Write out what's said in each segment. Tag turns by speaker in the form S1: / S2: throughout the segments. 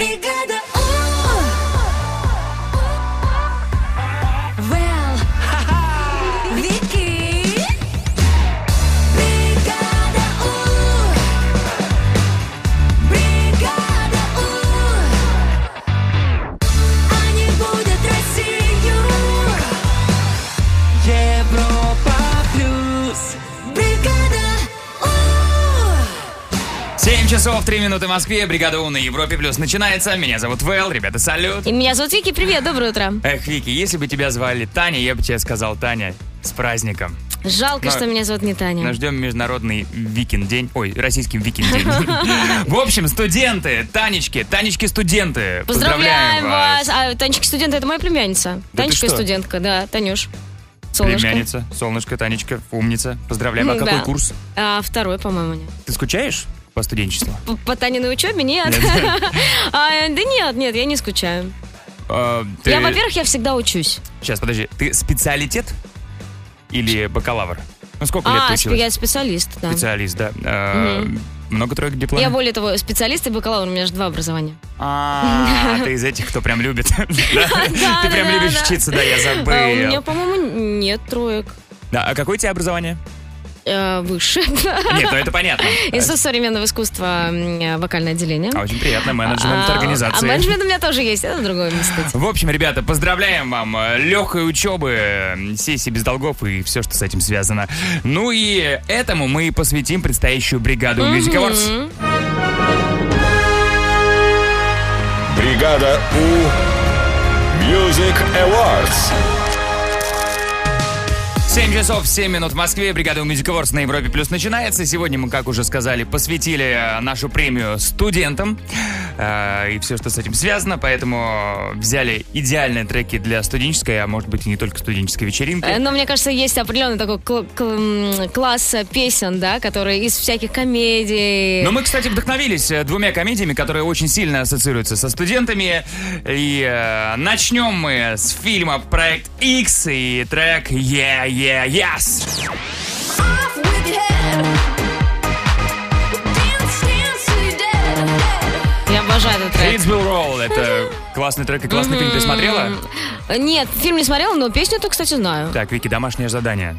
S1: Бригада У. Вэл. Вики. Бригада У. Бригада У. Они будут Россию.
S2: Европа плюс.
S1: Бригада У.
S3: 7 часов 3 минуты в Москве. Бригада У на Европе плюс начинается. Меня зовут Вэл, ребята, салют.
S4: И меня зовут Вики, привет, доброе утро.
S3: Эх, Вики, если бы тебя звали Таня, я бы тебе сказал, Таня, с праздником.
S4: Жалко,
S3: Ну,
S4: что меня зовут не Таня.
S3: Нас ждем международный викинг день. Ой, российский викинг день. В общем, студенты, Танечки, Танечки-студенты.
S4: Поздравляем вас! А, Танечка студент, это моя племянница.
S3: Да ты
S4: Танечка
S3: что?
S4: студентка, да, Танюш. Солнышко.
S3: Племянница, солнышко, Танечка, умница. Поздравляем. А
S4: Да.
S3: какой курс?
S4: А, второй, по-моему, нет.
S3: Ты скучаешь по студенчеству?
S4: По, по Таниной учебе нет. А, да нет, нет, я не скучаю.
S3: А, ты-
S4: Я, во-первых, я всегда учусь.
S3: Сейчас, подожди. Ты специалитет или бакалавр? Ну, сколько лет
S4: а,
S3: ты
S4: спе-
S3: училась?
S4: я специалист, да.
S3: Специалист, да. Э, Много троек дипломов?
S4: Я более того, специалист и бакалавр, у меня же два образования.
S3: А, ты из этих, кто прям любит. Да? Ты
S4: да,
S3: прям
S4: да,
S3: любишь
S4: да.
S3: учиться, да, я
S4: А, у меня,
S3: забыл.
S4: по-моему, нет троек.
S3: Да, а какое у тебя образование?
S4: Э, выше.
S3: Нет, ну это понятно.
S4: Институт современного искусства, м, э, вокальное отделение.
S3: А, Очень приятно, менеджмент
S4: А, А
S3: организации.
S4: менеджмент у меня тоже есть, это другой институт.
S3: В общем, ребята, поздравляем вам. Легкой учебы, э, сессии без долгов и все, что с этим связано. Ну и этому мы и посвятим предстоящую бригаду Music Awards.
S5: Бригада У Music Awards.
S3: 7 часов 7 минут в Москве. Бригада у Music Awards на Европе Плюс начинается. Сегодня мы, как уже сказали, посвятили э, нашу премию студентам э, и все, что с этим связано. Поэтому взяли идеальные треки для студенческой, а может быть и не только студенческой вечеринки.
S4: Э, Но мне кажется, есть определенный такой кл- кл- м, класс э, песен, да, которые из всяких комедий.
S3: Но мы, кстати, вдохновились э, двумя комедиями, которые очень сильно ассоциируются со студентами. И э, начнем мы с фильма «Проект X» и трек «Yeah, yeah, yes».
S1: Off with your head. Dance, dance till you're dead.
S4: Я обожаю этот трек.
S3: Kids Will Roll. Это классный трек и классный фильм. Ты смотрела?
S4: Э, Нет, фильм не смотрела, но песню-то, кстати, знаю.
S3: Так, Вики, домашнее задание.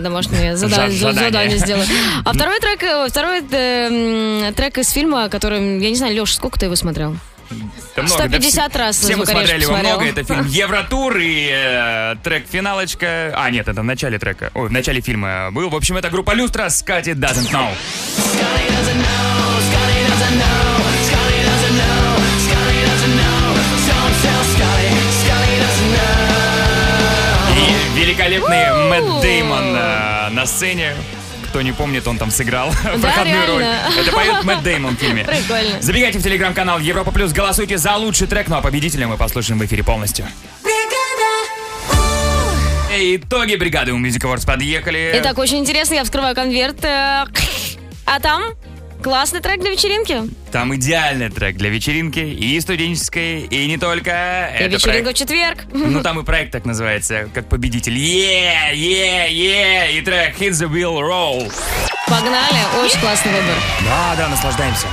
S4: домашнее зада-
S3: Жад-
S4: за-
S3: задание.
S4: задание. сделаю. А второй трек, э, второй э, м, трек из фильма, который, я не знаю, Леша, сколько ты его смотрел?
S3: Да много, да
S4: 150
S3: все-
S4: раз
S3: Все мы
S4: «Звукорежку»
S3: смотрели его
S4: посмотрела.
S3: много. Это фильм «Евротур» и э, трек «Финалочка». А, нет, это в начале трека. Ой, в начале фильма был. В общем, это группа «Люстра» с Кати Doesn't Know. И великолепный
S4: У-у-у.
S3: Мэтт Деймон э, на сцене. Кто не помнит, он там сыграл проходную роль.
S4: реально.
S3: Это поет Мэтт Деймон в фильме.
S4: Прикольно.
S3: Забегайте в телеграм-канал Европа Плюс, голосуйте за лучший трек, ну а победителя мы послушаем в эфире полностью.
S1: Бригада У.
S3: Итоги бригады у Music Awards подъехали.
S4: Итак, очень интересно, я вскрываю конверт. э, А там классный трек для вечеринки.
S3: Там идеальный трек для вечеринки и студенческой, и не только.
S4: И
S3: Это
S4: вечеринка в
S3: проект-
S4: четверг.
S3: Ну там и проект так называется, как победитель. Е, е, е, и трек Hit the Wheel Roll.
S4: Погнали, очень классный выбор.
S3: Да, да, наслаждаемся.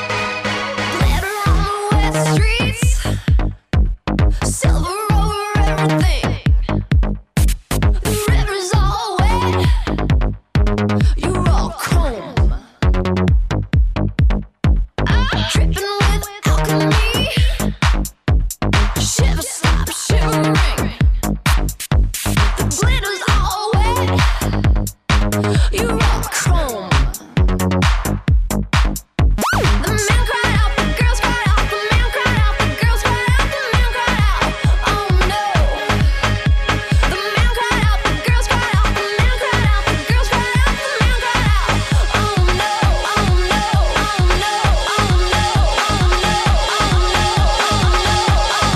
S1: Glitter on the wet streets. Silver over everything. The river's all wet. You're all comb. I'm tripping with alchemy. Shiver, slap, shivering. The glitter's all wet. You're all chrome. The man cried out, the girls cried out, the man cried out, the girls cried out, the man cried out. Oh no. The man cried out, the girls cried out, the man cried out, the girls cried out, the man cried out. Oh no, oh no, oh no, oh no, oh no, oh no, oh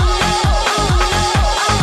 S1: no, oh no, oh no.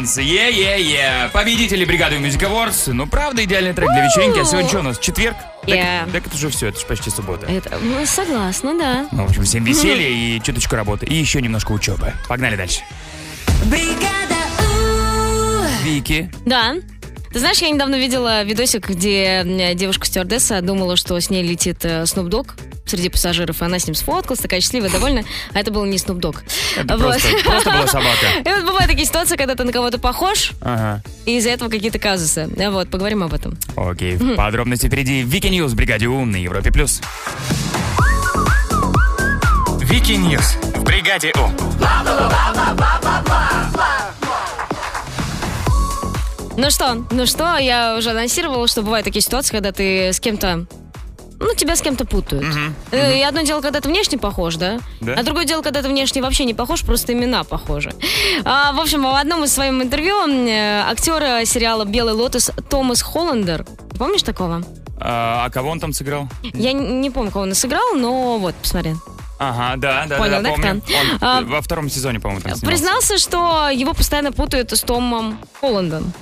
S3: нас. Е-е-е. Победители бригады Music Awards. Ну, правда, идеальный трек для вечеринки. А сегодня что у нас? Четверг? Так-
S4: Yeah.
S3: Так, это уже все, это же почти суббота.
S4: Это, ну, согласна, да.
S3: Ну, в общем, всем веселья и чуточку работы. И еще немножко учебы. Погнали дальше.
S1: Бригада У.
S3: Вики.
S4: Да. Ты знаешь, я недавно видела видосик, где э, девушка-стюардесса думала, что с ней летит э, Snoop Dogg среди пассажиров, и она с ним сфоткалась, такая счастливая, довольна, а это был не Snoop Dogg.
S3: Это
S4: Вот.
S3: просто, просто была собака.
S4: И вот бывают такие ситуации, когда ты на кого-то похож,
S3: Ага.
S4: и из-за этого какие-то казусы. Да, Вот, поговорим об этом.
S3: Окей. Подробности впереди. Вики Ньюс, бригаде Ум на Европе плюс.
S6: Вики Ньюс в бригаде У.
S4: Ну что, ну что, я уже анонсировала, что бывают такие ситуации, когда ты с кем-то ну, тебя с кем-то путают. Э, И одно дело, когда ты внешне похож, да?
S3: Да.
S4: А другое дело, когда ты внешне вообще не похож, просто имена похожи. А, в общем, в одном из своем интервью э, актер сериала «Белый лотос» Томас Холландер, помнишь такого?
S3: А, а кого он там сыграл?
S4: Я н- не помню, кого он сыграл, но вот, посмотри.
S3: Ага, да, да,
S4: Понял,
S3: да,
S4: да,
S3: помню.
S4: кто?
S3: Он
S4: А,
S3: э, во втором сезоне, по-моему, там снимался.
S4: Признался, что его постоянно путают с Томом Холландом.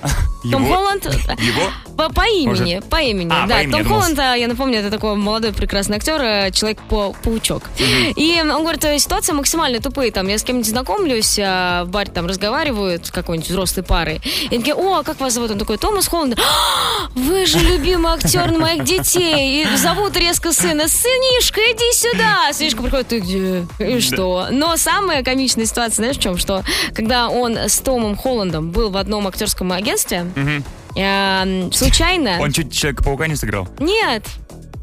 S4: Том
S3: А Его?
S4: Холланд... э,
S3: Его?
S4: По, по имени, по имени.
S3: А,
S4: да,
S3: по имени, я
S4: Том
S3: думал.
S4: Холланд, а, я напомню, это такой молодой прекрасный актер, э, человек-паучок. И он говорит, э, ситуация максимально тупые. Там я с кем-нибудь знакомлюсь, а в баре там разговаривают с какой-нибудь взрослой парой. И они такие, о, а как вас зовут? Он такой, Томас Холланд. «А, Вы же любимый актер моих детей. И зовут резко сына. Сынишка, иди сюда. Сынишка приходит, ты где? И что? Но самая комичная ситуация, знаешь, в чем? Что когда он с Томом Холландом был в одном актерском агентстве, эм, случайно...
S3: Он чуть Человека-паука не сыграл?
S4: Нет,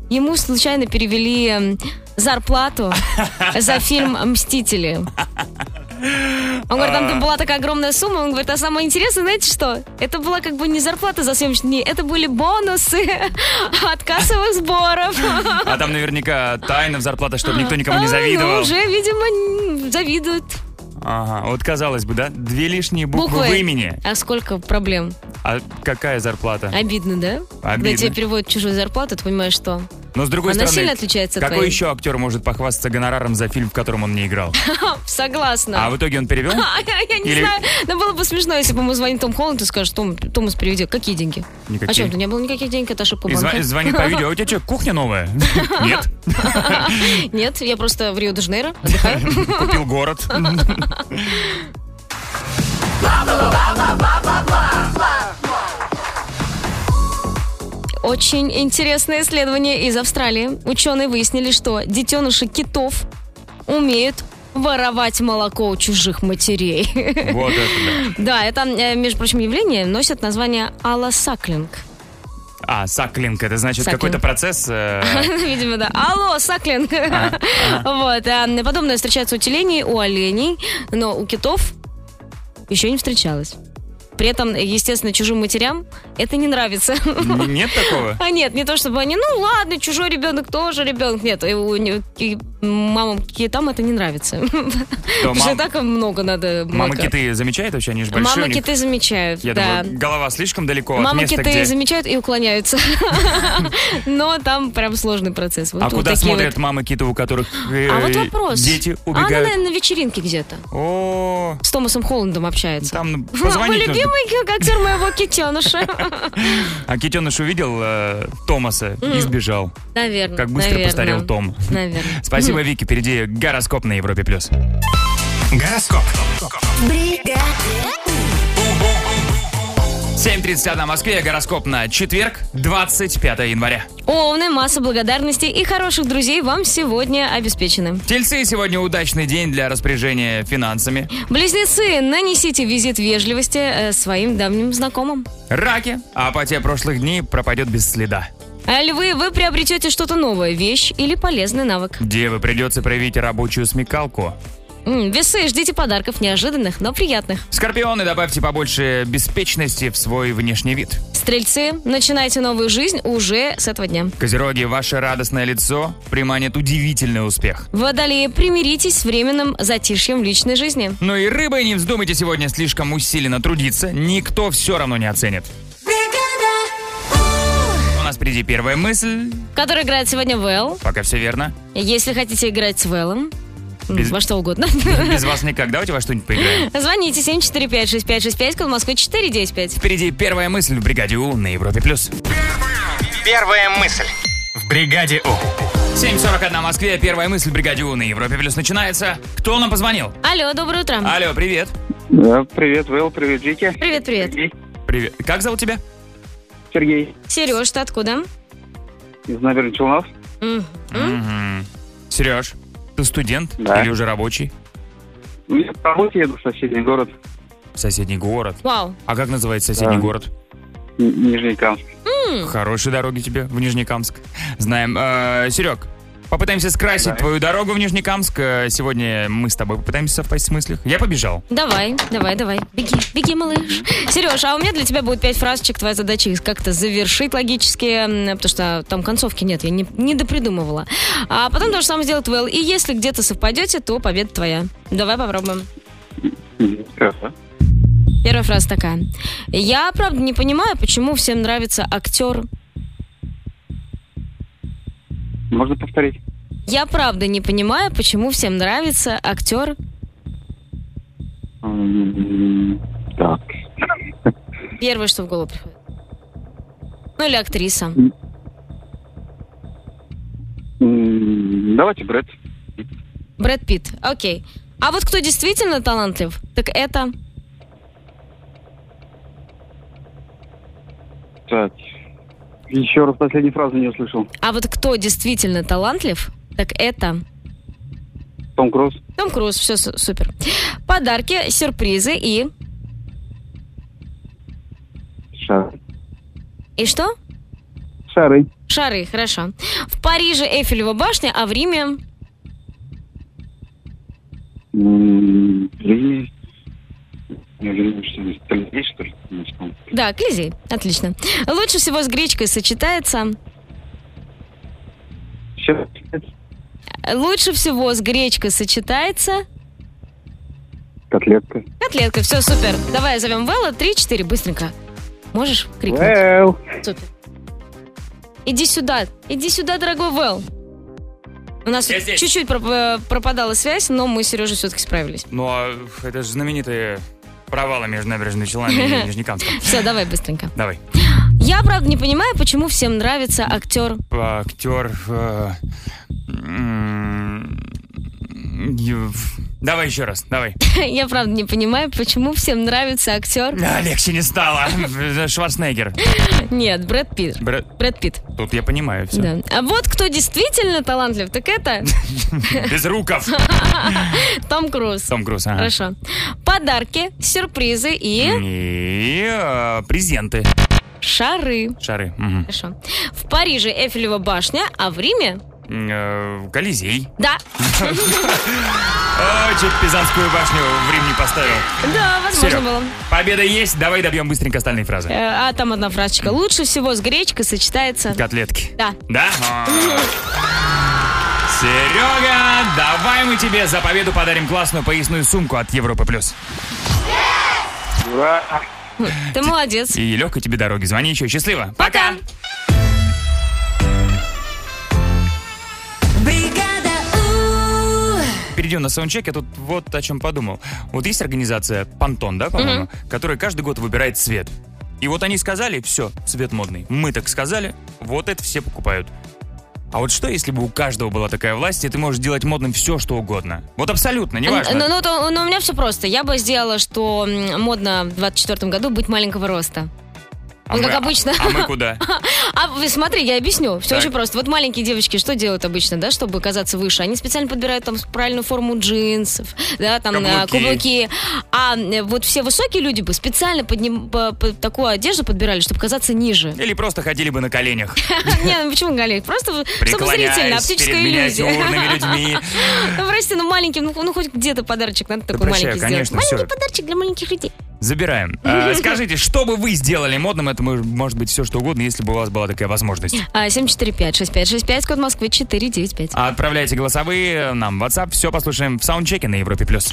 S4: ему случайно перевели эм, зарплату за фильм «Мстители». Он говорит,
S3: А.
S4: там была такая огромная сумма. Он говорит, а самое интересное, знаете что? Это была как бы не зарплата за съемочные дни, это были бонусы от кассовых сборов.
S3: А там наверняка тайна в зарплата, чтобы никто никому не
S4: А, Ну,
S3: завидовал.
S4: уже, видимо, н- завидуют.
S3: Ага, вот казалось бы, да? Две лишние буквы,
S4: Буквы.
S3: в имени.
S4: А сколько проблем?
S3: А какая зарплата?
S4: Обидно, да? Когда
S3: Обидно.
S4: тебе переводят чужую зарплату, ты понимаешь, что...
S3: Но с другой
S4: Она
S3: стороны,
S4: сильно отличается от
S3: какой
S4: твоей?
S3: еще актер может похвастаться гонораром за фильм, в котором он не играл?
S4: Согласна.
S3: А в итоге он перевел?
S4: А, Я не
S3: Или-
S4: знаю. Но было бы смешно, если бы ему звонит Том Холланд и скажет, Том, Томас, переведи. Какие деньги?
S3: Никакие.
S4: А что, у меня было никаких денег, это ошибка
S3: И
S4: банка.
S3: зва- звонит по видео, а у тебя что, кухня новая? Нет,
S4: Нет, я просто в Рио-де-Жанейро отдыхаю.
S3: купил город.
S4: Очень интересное исследование из Австралии. Ученые выяснили, что детеныши китов умеют воровать молоко у чужих матерей.
S3: Вот это
S4: Да, это, э, между прочим, явление носит название аллосаклинг.
S3: да. А, саклинг, это значит
S4: Саклинг.
S3: какой-то процесс... э,
S4: Видимо, да. Алло, Саклинг. Вот. а, Подобное встречается у теленей, у оленей, но у китов еще не встречалось. При этом, естественно, чужим матерям это не нравится.
S3: н- Нет такого?
S4: А нет, не то чтобы они, ну ладно, чужой ребенок тоже ребенок. Нет, и у не- и мамам китам это не нравится.
S3: То
S4: Потому
S3: мам-
S4: что так им много надо.
S3: Мама
S4: молока.
S3: киты замечают вообще, они же большие.
S4: Мамы
S3: у них-
S4: киты замечают,
S3: Я
S4: да.
S3: думаю, голова слишком далеко от
S4: Мамы
S3: места,
S4: киты
S3: где...
S4: замечают и уклоняются. Но там прям сложный процесс. Вот
S3: А
S4: вот
S3: куда
S4: такие вот.
S3: смотрят мамы киты, у которых э,
S4: А вот вопрос.
S3: дети
S4: А она,
S3: убегают?
S4: наверное, на вечеринке где-то.
S3: О,
S4: С Томасом Холландом общается.
S3: там
S4: Мой
S3: позвонить нужно.
S4: любимый как актер моего китеныша.
S3: А Китеныш увидел э, Томаса и сбежал.
S4: Наверное.
S3: Как быстро
S4: наверное.
S3: постарел Том.
S4: Наверное.
S3: Спасибо, Вики. Впереди гороскоп на Европе+. плюс.
S6: Гороскоп.
S3: 7.31 в Москве. Гороскоп на четверг, 25 января.
S4: Овны, масса благодарности и хороших друзей вам сегодня обеспечены.
S3: Тельцы, сегодня удачный день для распоряжения финансами.
S4: Близнецы, нанесите визит вежливости э, своим давним знакомым.
S3: Раки, а апатия прошлых дней пропадет без следа.
S4: А львы, вы приобретете что-то новое, вещь или полезный навык.
S3: Девы, придется проявить рабочую смекалку.
S4: М, Весы, ждите подарков неожиданных, но приятных.
S3: Скорпионы, добавьте побольше беспечности в свой внешний вид.
S4: Стрельцы, начинайте новую жизнь уже с этого дня.
S3: Козероги, ваше радостное лицо приманит удивительный успех.
S4: Водолеи, примиритесь с временным затишьем в личной жизни.
S3: Ну и рыбы, не вздумайте сегодня слишком усиленно трудиться, никто все равно не оценит.
S1: Бригада
S3: У нас впереди первая мысль,
S4: Который играет сегодня Вэл.
S3: пока все верно.
S4: Если хотите играть с Вэлом,
S3: Без-
S4: Во что угодно.
S3: Без вас никак. Давайте во что-нибудь поиграем.
S4: Звоните 745-6565, код Москвы 495.
S3: Впереди первая мысль в бригаде У на Европе плюс.
S6: Первая мысль. В бригаде У.
S3: 7.41 в Москве. Первая мысль в бригаде У на Европе плюс начинается. Кто нам позвонил?
S4: Алло, доброе утро.
S3: Алло, привет.
S7: Да, привет, Вэл, привет, Вики.
S4: Привет, привет.
S7: Сергей.
S3: Привет. Как зовут тебя?
S7: Сергей
S4: Сереж, ты откуда?
S7: из Набережных Челнов.
S4: М, м.
S3: Сереж. Ты студент
S7: Да.
S3: или уже рабочий?
S7: Ну, Я по работе еду в соседний город,
S3: В соседний город.
S4: Вау.
S3: А как называется соседний
S7: Да.
S3: город?
S7: Н- Нижнекамск.
S3: Хорошей дороги тебе в Нижнекамск. Знаем. Э, Серег, попытаемся скрасить
S7: Да.
S3: твою дорогу в Нижнекамск. Э, Сегодня мы с тобой попытаемся совпасть в смыслах. Я побежал.
S4: Давай, давай, давай. Беги, беги, малыш. Сереж, а у меня для тебя будет пять фразочек. Твоя задача их как-то завершить логически, м, потому что там концовки нет, я не, не допридумывала. А потом то же самое сделает Вэл. И если где-то совпадете, то победа твоя. Давай попробуем.
S7: Мгм, Хорошо.
S4: Первая фраза такая. Я, правда, не понимаю, почему всем нравится актер.
S7: Можно повторить?
S4: Я, правда, не понимаю, почему всем нравится актер.
S7: М, М-м-м, Так.
S4: Первое, что в голову приходит. Ну или актриса.
S7: М, М-м, Давайте, Брэд.
S4: Брэд Питт. Окей. А вот кто действительно талантлив, так это...
S7: Так. Еще раз последнюю фразу не услышал.
S4: А вот кто действительно талантлив, так это...
S7: Том Круз.
S4: Том Круз, все супер. Подарки, сюрпризы и...
S7: Шары.
S4: И что?
S7: Шары.
S4: Шары, хорошо. В Париже Эйфелева башня, а в Риме...
S7: М, Лизни. Я Лизни, М-м, что ли? Это Лизни, что ли? Не вспомнил.
S4: Да, клизей, отлично. Лучше всего с гречкой сочетается...
S7: Щас.
S4: Лучше всего с гречкой сочетается...
S7: Котлетка.
S4: Котлетка, все супер. Давай зовем Вэлла, три-четыре, быстренько. Можешь крикнуть?
S7: Вэл.
S4: Супер. Иди сюда. Иди сюда, дорогой Вэл. У нас
S3: Я здесь.
S4: чуть-чуть проп- э, пропадала связь, но мы с Сережей все-таки справились.
S3: Ну, а это же знаменитые провалы между набережными Челнами и Нижнекамском.
S4: Все, давай быстренько.
S3: Давай.
S4: Я, правда, не понимаю, почему всем нравится актер.
S3: Актер... э, м, Ев- Давай еще раз, давай.
S4: Я, правда, не понимаю, почему всем нравится актер.
S3: А, легче не стало. Шварценеггер.
S4: Нет, Брэд Питт.
S3: Брэ-
S4: Брэд Питт.
S3: Тут я понимаю все.
S4: Да. А вот кто действительно талантлив, так это
S3: Без руков.
S4: Том Круз.
S3: Том Круз, ага.
S4: Хорошо. Подарки, сюрпризы и
S3: И э, презенты.
S4: шары.
S3: Шары. мгм.
S4: Хорошо. В Париже Эйфелева башня, а в Риме...
S3: Э, Колизей.
S4: Да,
S3: О, чуть Пизанскую башню в Рим не поставил.
S4: да, возможно
S3: Серёг,
S4: было.
S3: победа есть. Давай добьем быстренько остальные фразы.
S4: Э, А там одна фразочка. Лучше всего с гречкой сочетается...
S3: Котлетки.
S4: Да.
S3: Да? А. Серега, давай мы тебе за победу подарим классную поясную сумку от Европы+. плюс.
S7: Ура.
S4: Ты молодец.
S3: И легкой тебе дороги. Звони еще. Счастливо. Пока.
S2: Бригада У.
S3: Впереди у нас саундчек. Я тут вот о чем подумал. Вот есть организация Пантон, да, по-моему, которая каждый год выбирает цвет. И вот они сказали, все, цвет модный. Мы так сказали, вот это все покупают. А вот что, если бы у каждого была такая власть, и ты можешь делать модным все, что угодно? Вот абсолютно, неважно.
S4: Ну, ну, то- ну, у меня все просто. Я бы сделала, что м, модно в 24 году быть маленького роста.
S3: а
S4: ну,
S3: мы-
S4: как обычно.
S3: А мы куда?
S4: А вы смотри, я объясню. Все
S3: Так.
S4: очень просто. Вот маленькие девочки что делают обычно, да, чтобы казаться выше? Они специально подбирают там правильную форму джинсов, да, там э,
S3: Каблуки.
S4: каблуки. А э, вот все высокие люди бы специально под ним- по- по- такую одежду подбирали, чтобы казаться ниже.
S3: Или просто ходили бы на коленях,
S4: Не, ну почему Галей? Просто чтобы зрительно,
S3: преклоняясь
S4: оптическая
S3: перед
S4: иллюзия.
S3: миниатюрными людьми.
S4: Ну, прости, ну маленький, ну, ну, хоть где-то подарочек надо такой
S3: прощай,
S4: маленький сделать.
S3: конечно,
S4: Маленький
S3: всё.
S4: подарочек для маленьких людей.
S3: Забираем. А, Скажите, что бы вы сделали модным? Это мож- может быть все, что угодно, если бы у вас была такая возможность.
S4: А, 745-6565, код Москвы 495.
S3: А Отправляйте голосовые нам в WhatsApp. Все послушаем в саундчеке на Европе+. плюс.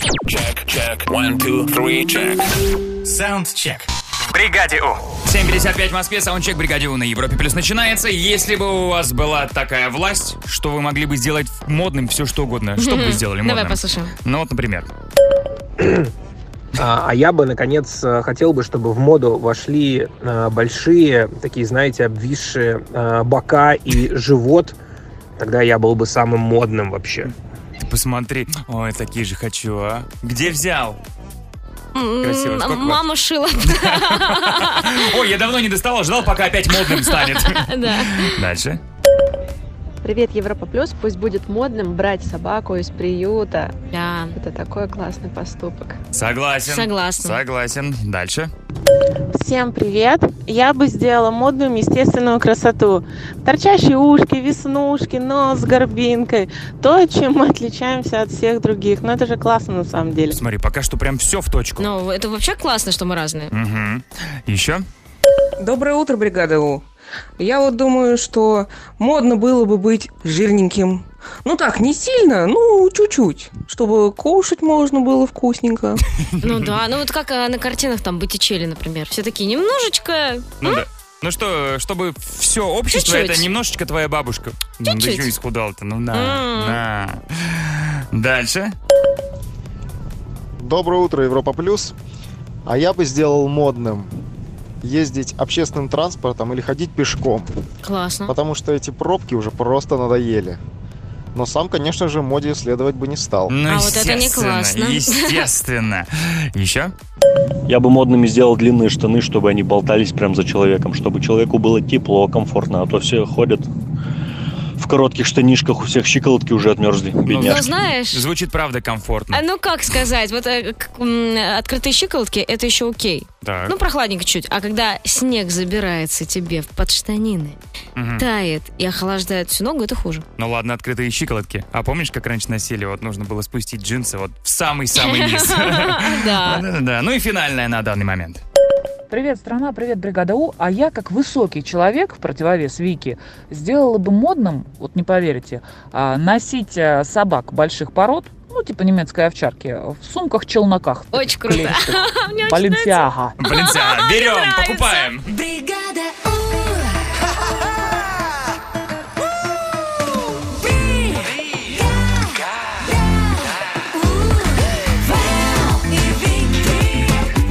S6: Саундчек.
S8: В бригаде У.
S3: 7.55 в Москве, саундчек бригадиу на Европе Плюс начинается. Если бы у вас была такая власть, что вы могли бы сделать модным все что угодно, что бы вы сделали модным?
S4: Давай послушаем.
S3: Ну вот, например.
S9: А а я бы, наконец, э, хотел бы, чтобы в моду вошли э, большие, такие, знаете, обвисшие э, бока и живот. Тогда я был бы самым модным вообще.
S3: Ты посмотри. Ой, такие же хочу, а. Где взял?
S4: М,
S3: Красиво. Сколько вас?
S4: Мама шила.
S3: Ой, я давно не доставал, ждал, пока опять модным станет.
S4: Да.
S3: Дальше.
S10: Привет, Европа Плюс. Пусть будет модным брать собаку из приюта.
S4: Да.
S10: Это такой классный поступок.
S3: Согласен.
S4: Согласна.
S3: Согласен. Дальше.
S11: Всем привет! Я бы сделала модную естественную красоту. Торчащие ушки, веснушки, нос с горбинкой. То, чем мы отличаемся от всех других. Но это же классно на самом деле.
S3: Смотри, пока что прям все в точку.
S4: Ну, это вообще классно, что мы разные.
S3: Мгм. Еще?
S12: Доброе утро, бригада У. Я вот думаю, что модно было бы быть жирненьким. Ну так, не сильно, ну чуть-чуть, чтобы кушать можно было вкусненько.
S4: Ну да, ну вот как э, на картинах там Боттичелли, например. Все такие немножечко...
S3: Ну да. Ну что, чтобы все общество,
S4: Чуть-чуть.
S3: это немножечко твоя бабушка. Ну, да
S4: Чуть-чуть.
S3: еще исхудал-то. Ну на,
S4: М.
S3: на. Дальше.
S5: Доброе утро, Европа Плюс. А я бы сделал модным ездить общественным транспортом или ходить пешком,
S4: Классно.
S5: потому что эти пробки уже просто надоели. Но сам, конечно же, моде следовать бы не стал.
S3: Ну,
S4: А вот это не
S3: естественно,
S4: классно.
S3: Естественно. Еще?
S9: Я бы модными сделал длинные штаны, чтобы они болтались прям за человеком, чтобы человеку было тепло, комфортно, а то все ходят в коротких штанишках, у всех щиколотки уже отмерзли,
S4: Ну, знаешь...
S3: Звучит правда комфортно.
S4: а ну как сказать, вот э, к- м, открытые щиколотки это еще окей.
S3: Так.
S4: Ну, прохладненько чуть. А когда снег забирается тебе в подштанины,
S3: Мгм.
S4: тает и охлаждает всю ногу, это хуже.
S3: Ну ладно, открытые щиколотки. А помнишь, как раньше носили? Вот нужно было спустить джинсы вот в самый-самый низ.
S4: Да.
S3: Да-да-да. Ну и финальная на данный момент.
S12: Привет, страна, привет, бригада У. А я, как высокий человек, в противовес Вики, сделала бы модным, вот не поверите, а, носить а, собак больших пород, ну, типа немецкой овчарки, в сумках-челноках.
S4: Очень круто. Мне очень
S12: Баленсиага.
S3: Блин, тебя берем,
S4: нравится.
S3: покупаем.
S1: Бригада У. Бригада У. Вэл и Вики.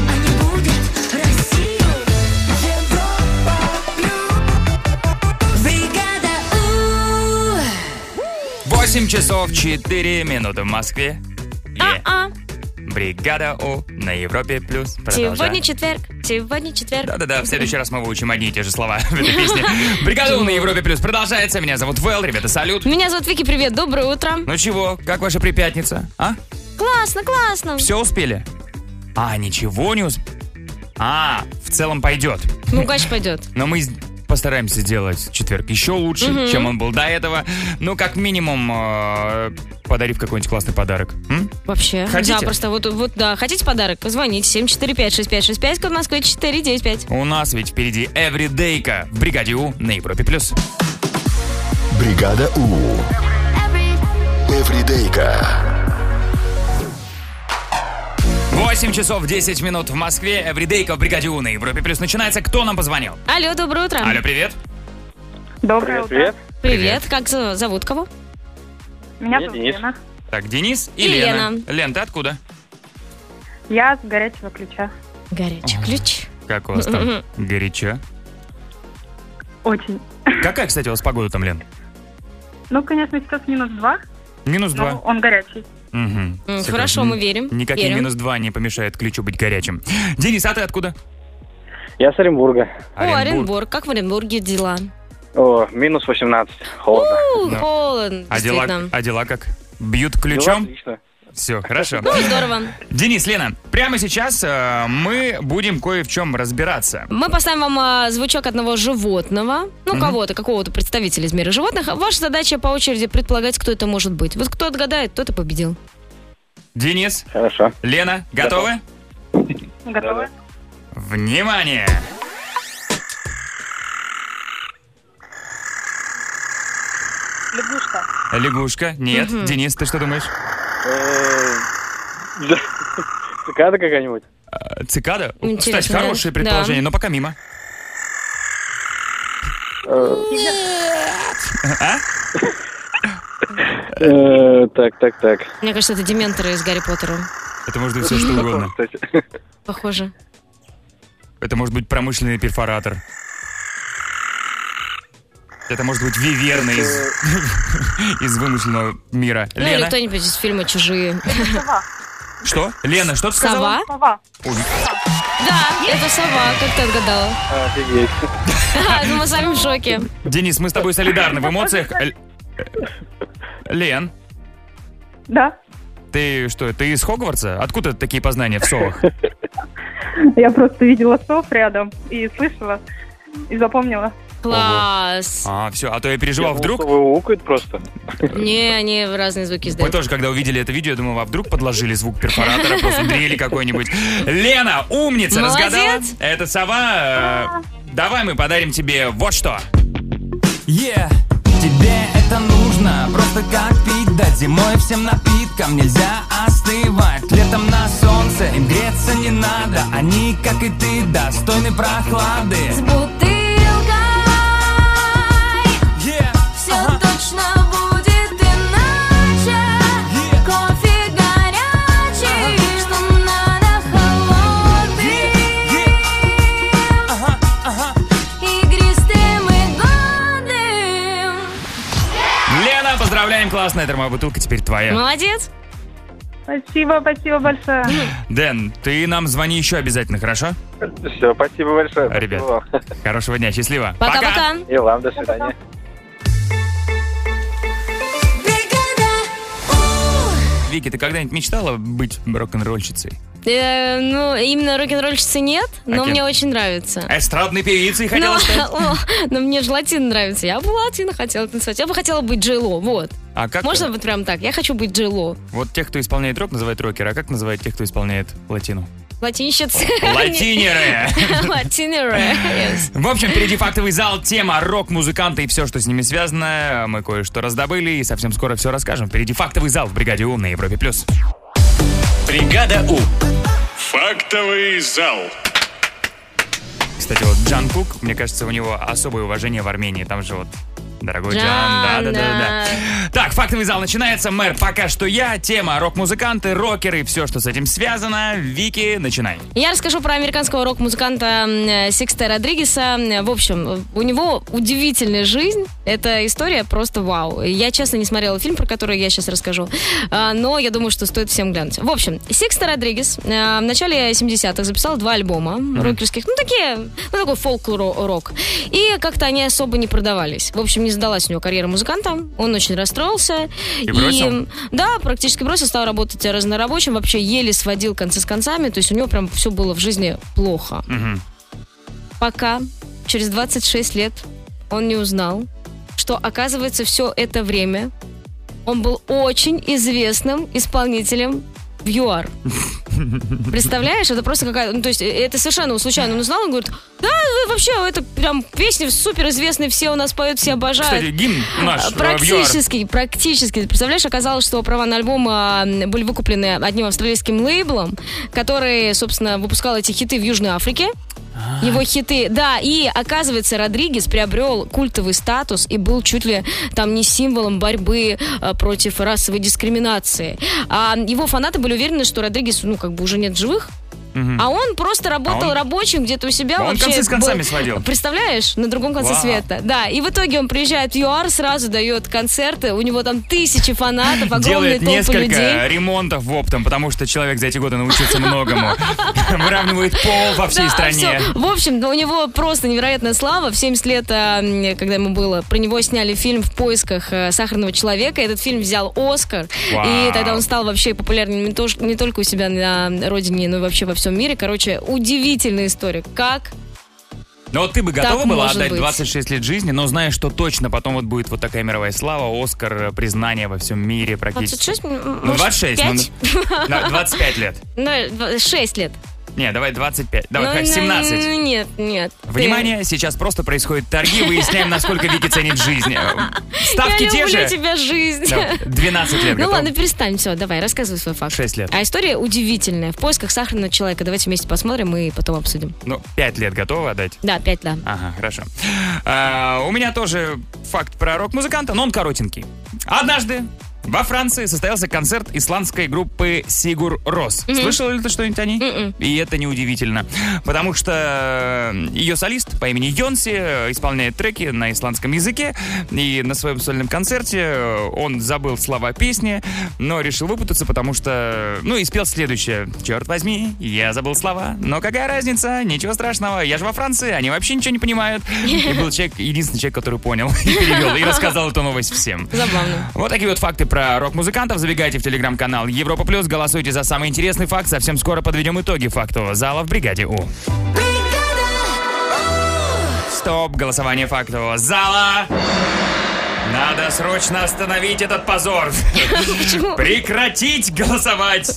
S1: Они будут Россию. Европа плюс. Бригада У.
S3: 8 часов 4 минуты в Москве. Е.
S4: А,
S3: Бригада У на Европе плюс.
S4: сегодня
S3: Продолжаем.
S4: четверг, сегодня четверг.
S3: Да-да-да, в следующий раз мы выучим одни и те же слова в этой песне. Бригада У на Европе плюс продолжается. Меня зовут Вэл, ребята, салют.
S4: Меня зовут Вики, привет, доброе утро.
S3: Ну чего, как ваша припятница? А?
S4: Классно, классно.
S3: Все успели? А, ничего не успели. А, в целом пойдет.
S4: Ну, конечно, пойдет.
S3: Но мы с- постараемся сделать четверг еще лучше, чем он был до этого. Ну, как минимум, э, подарив какой-нибудь классный подарок. М?
S4: Вообще.
S3: Хотите?
S4: Да, просто вот, вот, да. Хотите подарок? Позвоните 745-6565, код Москвы 495.
S3: У нас ведь впереди эвридейка в бригаде У на Европе плюс.
S13: Бригада У. Эвридейка.
S3: 8 часов 10 минут в Москве. Эвридейка в бригаде У на Европе плюс начинается. Кто нам позвонил?
S4: Алло, доброе утро.
S3: Алло, привет.
S11: Доброе утро.
S4: Привет. Как зо- зовут кого?
S11: Меня
S5: зовут Денис. Лена.
S3: Так, Денис и,
S4: И
S3: Лена.
S4: Лена.
S3: Лен, ты откуда?
S11: Я с горячего ключа.
S4: Горячий ключ.
S3: Как у вас там? Горячо.
S11: Очень.
S3: Какая, кстати, у вас погода там, Лен?
S11: Ну, конечно, сейчас минус два,
S3: Минус
S14: Ну,
S3: два.
S11: он горячий.
S3: Мгм.
S4: М,
S3: Всё
S4: Хорошо,
S3: хорошо.
S4: мы верим.
S3: Никакие
S4: верим.
S3: минус два не помешают ключу быть горячим. Денис, а ты откуда?
S9: Я с Оренбурга.
S4: О, Оренбург. Как в Оренбурге дела?
S9: О, минус 18, холодно.
S4: У,
S3: Да.
S4: холодно,
S3: А дела,
S4: действительно.
S3: а дела как? Бьют ключом?
S9: Отлично.
S3: Все, хорошо.
S4: Ну, здорово.
S3: Денис, Лена, прямо сейчас э, мы будем кое в чем разбираться.
S4: Мы поставим вам а, звучок одного животного, ну, кого-то, какого-то представителя из мира животных. Ваша задача по очереди предполагать, кто это может быть. Вот кто отгадает, тот и победил.
S3: Денис,
S9: Хорошо.
S3: Лена, готовы?
S11: Готовы?
S3: Внимание!
S11: Лягушка.
S3: Лягушка? Нет. Денис, ты что думаешь?
S9: Цикада какая-нибудь?
S3: Э, Цикада?
S4: Интересно,
S3: Кстати, хорошее
S4: да.
S3: предположение,
S4: Да.
S3: но пока мимо. А?
S9: Э,
S15: Так, так, так.
S4: Мне кажется, это дементоры из Гарри Поттера.
S3: Это может быть все что угодно.
S4: Похоже.
S3: Это может быть промышленный перфоратор. Это может быть виверна из, из вымышленного мира.
S4: Ну или
S3: Лена,
S4: кто-нибудь из фильма «Чужие».
S3: что? Лена, что ты сказала?
S4: Сова? Да, это сова, как ты отгадала.
S15: Офигеть.
S4: Ха, Ну мы сами в шоке.
S3: Денис, мы с тобой солидарны в эмоциях. Л- Лен?
S14: Да.
S3: Ты что, ты из Хогвартса? Откуда такие познания в совах?
S14: Я просто видела сов рядом и слышала, и запомнила.
S4: Класс.
S3: А, все, а то я переживал вдруг. просто.
S4: Не, они разные звуки
S3: Мы
S4: издают.
S3: тоже, когда увидели это видео, я думал, а вдруг подложили звук перфоратора, просто дрели какой-нибудь. Лена, умница, разгадала.
S16: Молодец.
S3: Это сова. э, Давай мы подарим тебе вот что.
S16: Yeah. Тебе это нужно, просто как пить дать Зимой всем напиткам нельзя остывать Летом на солнце им греться не надо Они, как и ты, достойны прохлады
S2: С бутылкой
S16: Yeah.
S2: Все точно будет иначе Кофе горячий Что надо холодным Игристым и годным
S3: Лена, поздравляем, классная термобутылка теперь
S4: Ну.
S3: твоя.
S4: Молодец.
S14: Спасибо, спасибо большое.
S3: Дэн, ты нам звони еще обязательно, хорошо?
S15: Все, спасибо большое.
S3: Ребят, хорошего дня, счастливо.
S4: Пока-пока.
S15: И вам до свидания.
S3: Вики, ты когда-нибудь мечтала быть рок-н-ролльщицей?
S4: Э, Ну, именно рок-н-ролльщицы нет,
S3: А
S4: но
S3: кем?
S4: мне очень нравится.
S3: Эстрадной певицей
S4: Ну,
S3: хотела стать?
S4: о, но мне же латина нравится. Я бы латина хотела танцевать. Я бы хотела быть Джейло, вот.
S3: А как?
S4: Можно вот прям так? Я хочу быть Джейло.
S3: Вот тех, кто исполняет рок, называют рокеры, а как называют тех, кто исполняет латину?
S4: Латинщица.
S3: Латинеры.
S4: Латинеры. yes.
S3: В общем, впереди фактовый зал, тема рок-музыканты и все, что с ними связано. Мы кое-что раздобыли и совсем скоро все расскажем. Впереди фактовый зал в бригаде У на Европе плюс. Бригада У.
S17: Фактовый зал.
S3: Кстати, вот Джан Кук, мне кажется, у него особое уважение в Армении. Там же вот дорогой Джан.
S17: Джан,
S3: да, да, да, да.
S17: да.
S3: Так, фактовый зал начинается. Мэр, пока что я. Тема рок-музыканты, рокеры, все, что с этим связано. Вики, начинай.
S4: Я расскажу про американского рок-музыканта м, э, Сикста Родригеса. М, В общем, у него удивительная жизнь. Эта история просто вау. Я, честно, не смотрела фильм, про который я сейчас расскажу. А, Но я думаю, что стоит всем глянуть. В общем, Сикста Родригес э, в начале 70-х записал два альбома рокерских. Ну, такие, ну, такой фолк-рок. И как-то они особо не продавались. В общем, не задалась у него карьера музыканта. Он очень расстроился.
S2: И бросил?
S4: Да, практически бросил, стал работать разнорабочим, вообще еле сводил концы с концами, то есть у него прям все было в жизни плохо. Пока через 26 лет он не узнал, что оказывается все это время он был очень известным исполнителем в ЮАР. Представляешь, это просто какая-то... Ну, то есть э, это совершенно случайно. Он узнал, он говорит, да, вы вообще, это прям песни суперизвестные, все у нас поют, все обожают.
S3: Кстати, гимн наш, э, в ЮАР.
S4: Практически, практически. Ты Представляешь, оказалось, что права на альбом э, были выкуплены одним австралийским лейблом, который, собственно, выпускал эти хиты в Южной Африке.
S2: А.
S4: Его хиты, да, и оказывается, Родригес приобрел культовый статус и был чуть ли там не символом борьбы э, против расовой дискриминации. А его фанаты были уверены, что Родригес, ну, как бы уже нет в живых,
S2: Мгм.
S4: а он просто работал
S2: он-
S4: рабочим где-то у себя.
S2: А он
S4: вообще
S2: концы с концами
S4: был-
S2: сводил.
S4: Представляешь, на другом конце
S2: Вау.
S4: света. Да, и в итоге он приезжает в ЮАР, сразу дает концерты, у него там тысячи фанатов,
S3: Делает
S4: огромные толпы
S3: несколько
S4: людей.
S3: ремонтов в оптом, потому что человек за эти годы научился многому. Выравнивает пол во всей
S4: Да,
S3: стране.
S4: всё. В общем, да, у него просто невероятная слава. В 70 лет, а, м, когда ему было, про него сняли фильм «В поисках э, сахарного человека». Этот фильм взял «Оскар».
S2: Вау.
S4: И тогда он стал вообще популярным не, тож- не только у себя на родине, но и вообще во всем мире. Короче, удивительная история. Как
S3: Но вот ты бы готова
S4: Так
S3: была
S4: может
S3: отдать
S4: быть.
S3: 26 лет жизни, но знаешь, что точно потом вот будет вот такая мировая слава, Оскар, э, признание во всем мире практически.
S4: 26, м,
S3: Ну,
S4: может,
S3: 26, ну,
S4: 5?
S3: Да, 25 лет.
S4: Ну, 6 лет.
S3: Не, давай 25. Давай,
S4: Ну,
S3: как
S4: ну,
S3: 17.
S4: ну, Нет, нет. ты-
S3: Внимание, сейчас просто происходят торги, выясняем, насколько Вики ценит жизнь. Ставки
S4: Я
S3: те
S4: люблю
S3: же.
S4: тебя, жизнь.
S3: Да, 12 лет.
S4: Ну
S3: готов?
S4: ладно, перестань, все, давай, рассказывай свой факт.
S3: 6 лет.
S4: А история удивительная. В поисках сахарного человека. Давайте вместе посмотрим и потом обсудим.
S3: Ну, 5 лет готова отдать?
S4: Да, пять, да.
S3: Ага, хорошо. А, у меня тоже факт про рок-музыканта, но он коротенький. Однажды во Франции состоялся концерт исландской группы Сигур Рос.
S16: Мгм.
S3: Слышала ли ты что-нибудь о ней? И это неудивительно, потому что ее солист по имени Йонси э, исполняет треки на исландском языке, и на своем сольном концерте э, он забыл слова песни, но решил выпутаться, потому что... Ну и спел следующее. Черт возьми, я забыл слова, но какая разница, ничего страшного, я же во Франции, они вообще ничего не понимают. И был человек, единственный человек, который понял и перевел, и рассказал эту новость всем.
S4: Забавно.
S3: Вот такие вот факты про рок-музыкантов. Забегайте в телеграм-канал Европа Плюс, голосуйте за самый интересный факт. Совсем скоро подведем итоги фактового зала в бригаде У. Стоп, голосование фактового зала. Надо срочно остановить этот позор.
S4: Почему?
S3: Прекратить голосовать.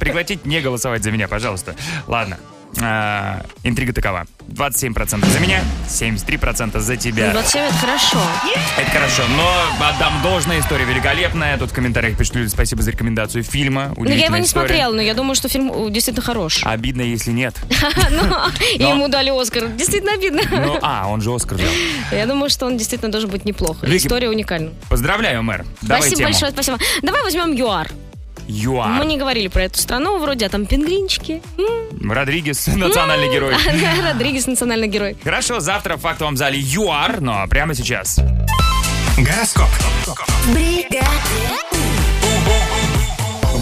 S3: Прекратить не голосовать за меня, пожалуйста. Ладно. А, интрига такова. 27% за меня, 73% за тебя.
S4: 27 Ну, это хорошо. Ну,
S3: Это хорошо, но отдам должное, история великолепная. Тут в комментариях пишут люди спасибо за рекомендацию фильма.
S4: Ну, я его
S3: Удивительная
S4: не
S3: история. А,
S4: смотрела, но я думаю, что фильм э, действительно хорош.
S3: Обидно, если нет.
S4: Ну, И
S3: Но-
S4: ему дали Оскар. Действительно
S3: а Ну,
S4: обидно.
S3: а, он же Оскар взял.
S4: Я думаю, что он действительно должен быть неплох.
S3: Вики,
S4: История уникальна.
S3: Поздравляю, мэр. Давай
S4: спасибо
S3: тему.
S4: большое, спасибо. Давай возьмем ЮАР.
S3: ЮАР.
S4: Мы не говорили про эту страну, вроде, а там пингвинчики. М,
S3: Родригес,
S4: Ну,
S3: национальный герой.
S4: Родригес национальный герой.
S3: Хорошо, завтра в фактовом зале ЮАР, но прямо сейчас. Гороскоп.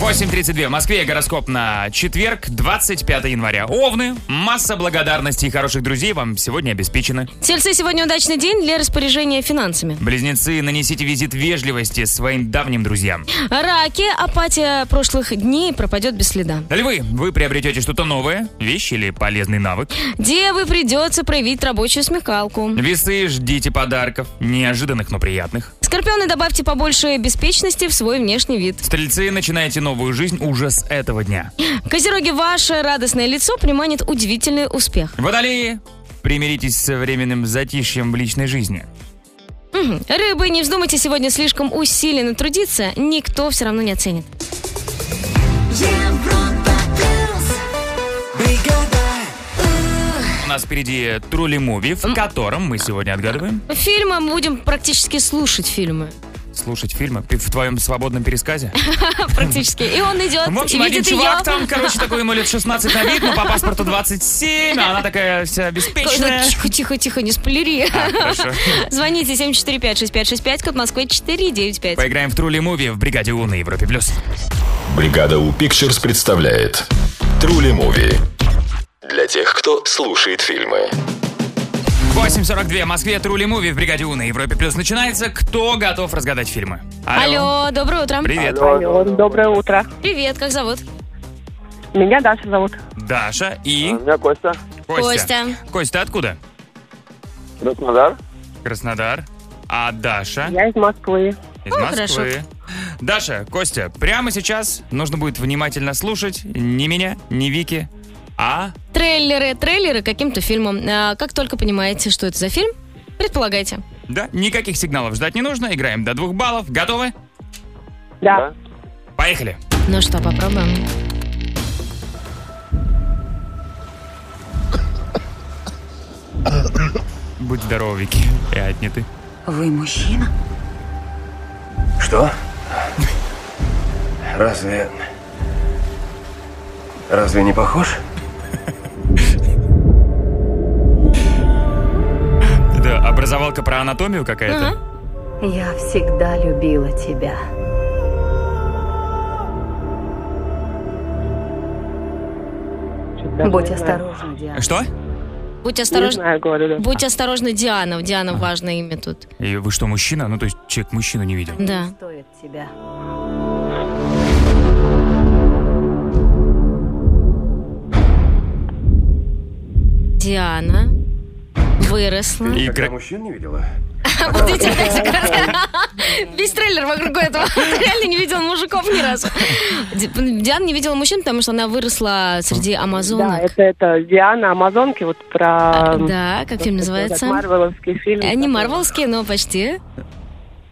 S3: 8.32 в Москве. Гороскоп на четверг, 25 января. Овны, масса благодарности и хороших друзей вам сегодня обеспечены.
S4: Тельцы, сегодня удачный день для распоряжения финансами.
S3: Близнецы, нанесите визит вежливости своим давним друзьям.
S4: Раки, апатия прошлых дней пропадет без следа.
S3: Львы, вы приобретете что-то новое, вещь или полезный навык.
S4: Девы, придется проявить рабочую смекалку.
S3: Весы, ждите подарков, неожиданных, но приятных.
S4: Скорпионы, добавьте побольше беспечности в свой внешний вид.
S3: Стрельцы, начинайте новую жизнь уже с этого дня.
S4: Козероги, ваше радостное лицо приманит удивительный успех.
S3: Водолеи, примиритесь со временным затишьем в личной жизни.
S4: Мгм. Рыбы, не вздумайте сегодня слишком усиленно трудиться, никто все равно не оценит.
S3: У нас впереди Трули Муви, в котором мы сегодня отгадываем
S4: Фильмы мы будем практически слушать фильмы.
S3: слушать фильмы Ты в твоем свободном пересказе.
S4: Практически. И он идет,
S3: В
S4: и
S3: общем, один
S4: видит ее.
S3: чувак там, короче, такой ему лет 16 на вид, но по паспорту 27, а она такая вся беспечная.
S4: Тихо, тихо, тихо, не сплери.
S3: А, хорошо.
S4: Звоните 745-6565, код Москвы 495.
S3: Поиграем в Трули Муви в бригаде У на Европе плюс.
S5: Бригада У Pictures представляет Трули Муви. Для тех, кто слушает фильмы.
S3: 8.42 в Москве Трули Муви в бригаде У на Европе плюс начинается. Кто готов разгадать фильмы?
S4: Алло, доброе утро.
S3: Привет.
S18: Алло, доброе утро.
S4: Привет, как зовут?
S18: Меня Даша зовут.
S3: Даша и...
S15: меня Костя.
S3: Костя.
S4: Костя.
S3: Костя, ты откуда?
S15: Краснодар.
S3: Краснодар. А Даша?
S18: Я из Москвы.
S3: Из
S18: Ну,
S3: Москвы. Даша, Костя, прямо сейчас нужно будет внимательно слушать не меня, не Вики, а...
S4: Трейлеры, трейлеры к каким-то фильмам. А, Как только понимаете, что это за фильм, предполагайте.
S3: Да, никаких сигналов ждать не нужно. Играем до двух баллов. Готовы?
S18: Да.
S3: Поехали.
S4: Ну что, попробуем.
S3: Будь здорова, Вики. И отняты.
S19: Вы мужчина?
S20: Что? Разве... Разве не похож?
S3: Это образовалка про анатомию какая-то?
S19: Я всегда любила тебя. Будь осторожна, Диана.
S3: Что?
S4: Будь осторожна.
S18: да.
S4: Будь осторожна, Диана. У Диана важное имя тут.
S3: И вы что, мужчина? Ну, то есть человек мужчину не видел.
S4: Да.
S19: Стоит тебя.
S4: Диана выросла.
S20: Ты никогда мужчин не видела?
S4: Вот видите, так закрыто. Весь трейлер вокруг этого. Ты реально не видел мужиков ни разу. Ди- Диана не видела мужчин, потому что она выросла среди
S18: Да,
S4: амазонок.
S18: это, это Диана Амазонки, вот
S3: а,
S18: про...
S19: А,
S4: Да, как фильм называется?
S18: Марвеловский фильм.
S4: Э, Не марвеловский, но почти.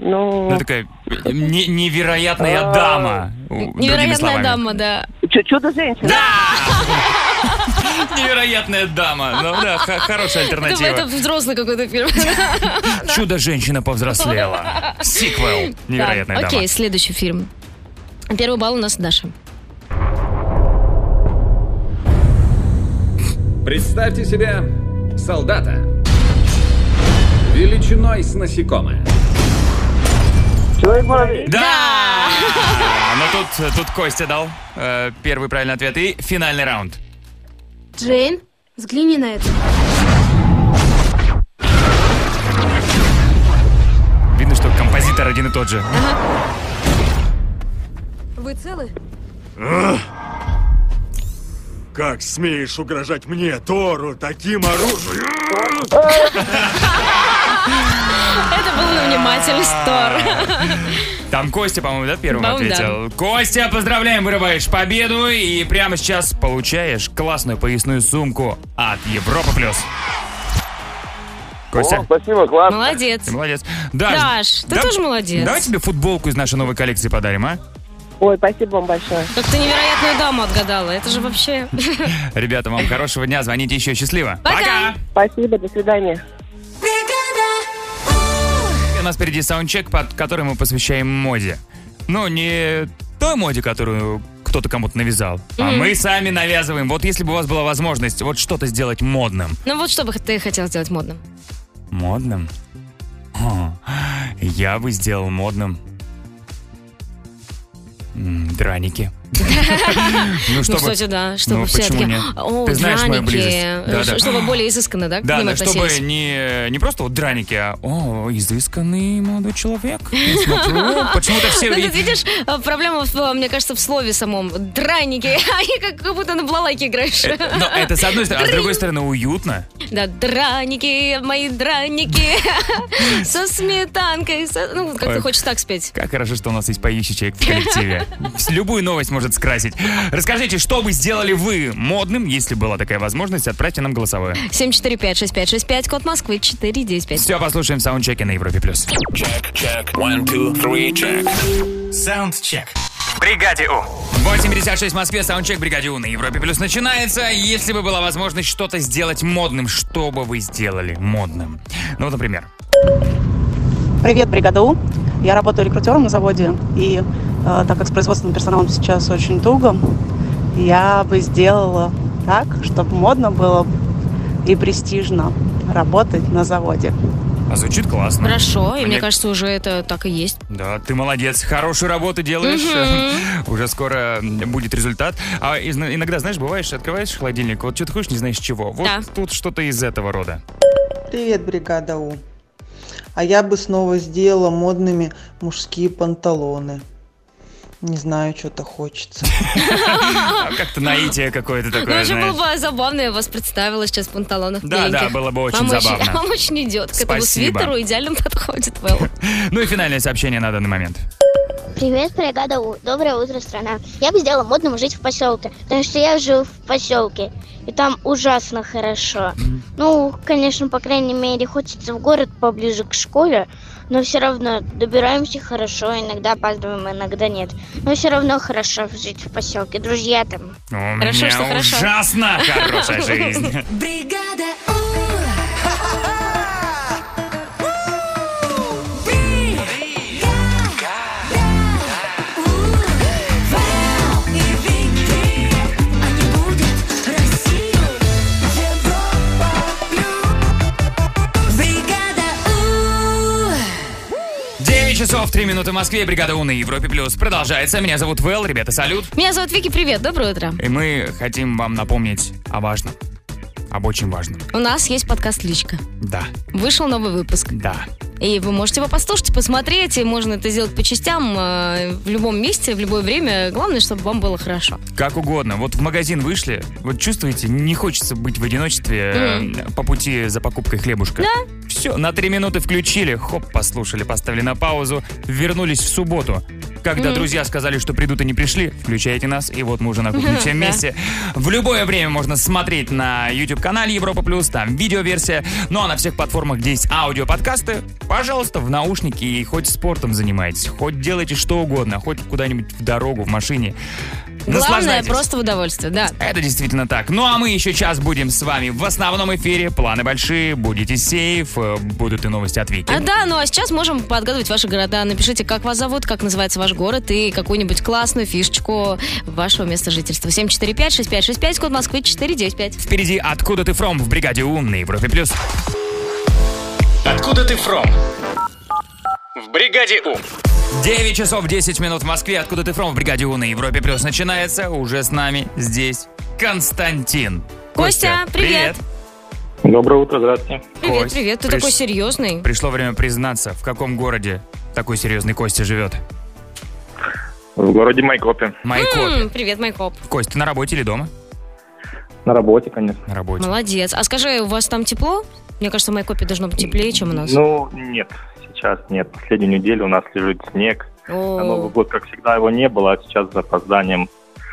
S18: Ну,
S3: Ну, такая э, не- невероятная дама. у- Ну, другими
S4: Невероятная
S3: словами.
S4: дама, да.
S18: Чудо-женщина.
S3: Невероятная дама. Ну да, х- хорошая
S4: Это,
S3: альтернатива.
S4: Ну, это взрослый какой-то фильм.
S3: Чудо-женщина повзрослела. Сиквел. Невероятная
S4: Да.
S3: дама.
S4: Окей, следующий фильм. Первый балл у нас Даша.
S20: Представьте себе солдата величиной с насекомое.
S3: Да! Но тут, тут Костя дал э, первый правильный ответ и финальный раунд.
S21: Джейн, взгляни на это.
S3: Видно, что композитор один и тот же.
S21: Вы целы?
S17: Ах! Как смеешь угрожать мне, Тору, таким оружием?
S4: Это был вниматель Стор.
S3: Там Костя, по-моему, да, первым
S4: По-моему,
S3: ответил. Костя, поздравляем, вырываешь победу и прямо сейчас получаешь классную поясную сумку от Европа плюс. Костя.
S15: О, спасибо, классно.
S4: Молодец.
S3: Ты молодец. Даш,
S4: Даш, ты тоже молодец.
S3: Давай тебе футболку из нашей новой коллекции подарим, а?
S18: Ой, спасибо вам большое.
S4: Как ты невероятную даму отгадала. Это же вообще...
S3: Ребята, вам хорошего дня, звоните еще, счастливо. Пока!
S18: Спасибо, до свидания.
S3: У нас впереди саундчек, под который мы посвящаем моде. Ну, не той моде, которую кто-то кому-то навязал, а
S4: Мгм.
S3: мы сами навязываем. Вот если бы у вас была возможность вот что-то сделать модным.
S4: Ну вот что бы ты хотел сделать модным?
S3: Модным? О, я бы сделал модным м, драники. Ну, чтобы-
S4: кстати, да, чтобы
S3: ну,
S4: все
S3: почему
S4: такие,
S3: нет?
S4: «О,
S3: Ты знаешь мою
S4: драники».
S3: близость. Да,
S4: Ш-
S3: да.
S4: Чтобы более изысканно, да, к
S3: Да,
S4: ним
S3: да, чтобы
S4: относились?
S3: не, не просто вот драники, а «О, изысканный молодой человек». Я смотрю, почему-то все...
S4: Ну, тут видишь, э, проблема, в, э, мне кажется, в слове самом. Драники. Они как, как будто на балалайке играешь.
S3: Э, Но это с одной стороны, а с другой стороны уютно.
S4: Да, драники, мои драники. Со сметанкой. со- Ну, как
S3: Ой.
S4: ты хочешь так спеть.
S3: Как хорошо, что у нас есть поющий человек в коллективе. С- Любую новость может скрасить. Расскажите, что бы сделали вы модным, если была такая возможность, отправьте нам голосовое.
S4: 745-6565, код Москвы, 495.
S3: Все, послушаем саундчеки на Европе+. плюс. Саундчек.
S6: В бригаде У.
S3: 8.56 в Москве, саундчек бригаде У на Европе Плюс начинается. Если бы была возможность что-то сделать модным, что бы вы сделали модным? Ну, вот, например,
S22: Привет, бригада У. Я работаю рекрутером на заводе, и э, так как с производственным персоналом сейчас очень туго, я бы сделала так, чтобы модно было и престижно работать на заводе.
S3: а звучит классно.
S4: Хорошо, и мне
S3: Мне-
S4: кажется, уже это так и есть.
S3: Да, ты молодец, хорошую работу делаешь. Уже скоро будет результат. А из- иногда, знаешь, бываешь, открываешь холодильник, вот что-то хочешь, не знаешь чего. Вот тут что-то из этого рода.
S23: Привет, бригада У. А я бы снова сделала модными мужские панталоны. Не знаю, что-то хочется.
S3: А Как-то наитие какое-то
S4: Ну,
S3: такое,
S4: уже было
S3: знаешь.
S4: бы забавно, я вас представила сейчас в панталонах
S3: Да,
S4: беленьких.
S3: да, было бы очень
S4: Вам
S3: забавно.
S4: Вам очень идет. К этому
S3: Спасибо.
S4: свитеру идеально подходит, Вэл.
S3: Ну и финальное сообщение на данный момент.
S24: Привет, бригада У. Доброе утро, страна. Я бы сделала модным жить в поселке, потому что я живу в поселке, и там ужасно хорошо. Ну, конечно, по крайней мере, хочется в город поближе к школе, но все равно добираемся хорошо, иногда опаздываем, иногда нет. Но все равно хорошо жить в поселке, друзья там.
S3: У меня ужасно хорошая жизнь.
S1: Бригада У. Бригада У. Вэл и Вики. Они будут Россию, Европа плюс. Бригада У.
S3: 9 часов 3 минуты в Москве. Бригада У на Европе Плюс продолжается. Меня зовут Вэл, ребята, салют.
S4: Меня зовут Вики, привет, доброе утро.
S3: И мы хотим вам напомнить о важном. Об очень важном.
S4: У нас есть подкаст «Личка».
S3: Да.
S4: Вышел новый выпуск.
S3: Да.
S4: И вы можете его послушать, посмотреть, и можно это сделать по частям э, в любом месте, в любое время. Главное, чтобы вам было хорошо.
S3: Как угодно. Вот в магазин вышли, вот чувствуете, не хочется быть в одиночестве э, по пути за покупкой хлебушка.
S4: Да.
S3: Все, Все, на три минуты включили, хоп, послушали, поставили на паузу, вернулись в субботу. Когда
S7: Мгм.
S3: друзья сказали, что придут и не пришли, включайте нас, и вот мы уже на кухне все
S7: Да.
S3: вместе. В любое время можно смотреть на YouTube-канале Европа Плюс, там видеоверсия, ну а на всех платформах, где есть аудиоподкасты, пожалуйста, в наушники и хоть спортом занимайтесь, хоть делайте что угодно, хоть куда-нибудь в дорогу, в машине.
S4: Главное
S3: Наслаждайтесь.
S4: просто в удовольствие, да.
S3: Это действительно так. Ну а мы еще час будем с вами в основном эфире. Планы большие, будете сейф, э, будут и новости от Вики.
S4: А, да, ну а сейчас можем подгадывать ваши города. Напишите, как вас зовут, как называется ваш город и какую-нибудь классную фишечку вашего места жительства. 745-6565, код Москвы 495.
S3: Впереди «Откуда ты фром» в бригаде «Ум» на Европе+. плюс.
S6: Откуда ты фром? В бригаде У.
S3: 9 часов 10 минут в Москве. «Откуда ты фром» в бригаде «Ум» на Европе+. плюс. Начинается уже с нами здесь Константин.
S4: Костя, привет.
S15: Доброе утро, здравствуйте.
S4: Привет,
S3: Кость,
S4: привет. Ты
S3: приш-
S4: такой серьезный.
S3: Пришло время признаться, в каком городе такой серьезный Костя живет.
S15: В городе Майкопе.
S3: Майкоп.
S4: М, привет, Майкоп.
S3: Кость, ты на работе или дома?
S15: На работе, конечно.
S3: На работе.
S4: Молодец. А скажи, у вас там тепло? Мне кажется, в Майкопе должно быть теплее, чем у нас.
S15: Ну, нет, сейчас нет. Последнюю неделю у нас лежит снег.
S4: О.
S15: На Новый год, как всегда, его не было, а сейчас с опозданием.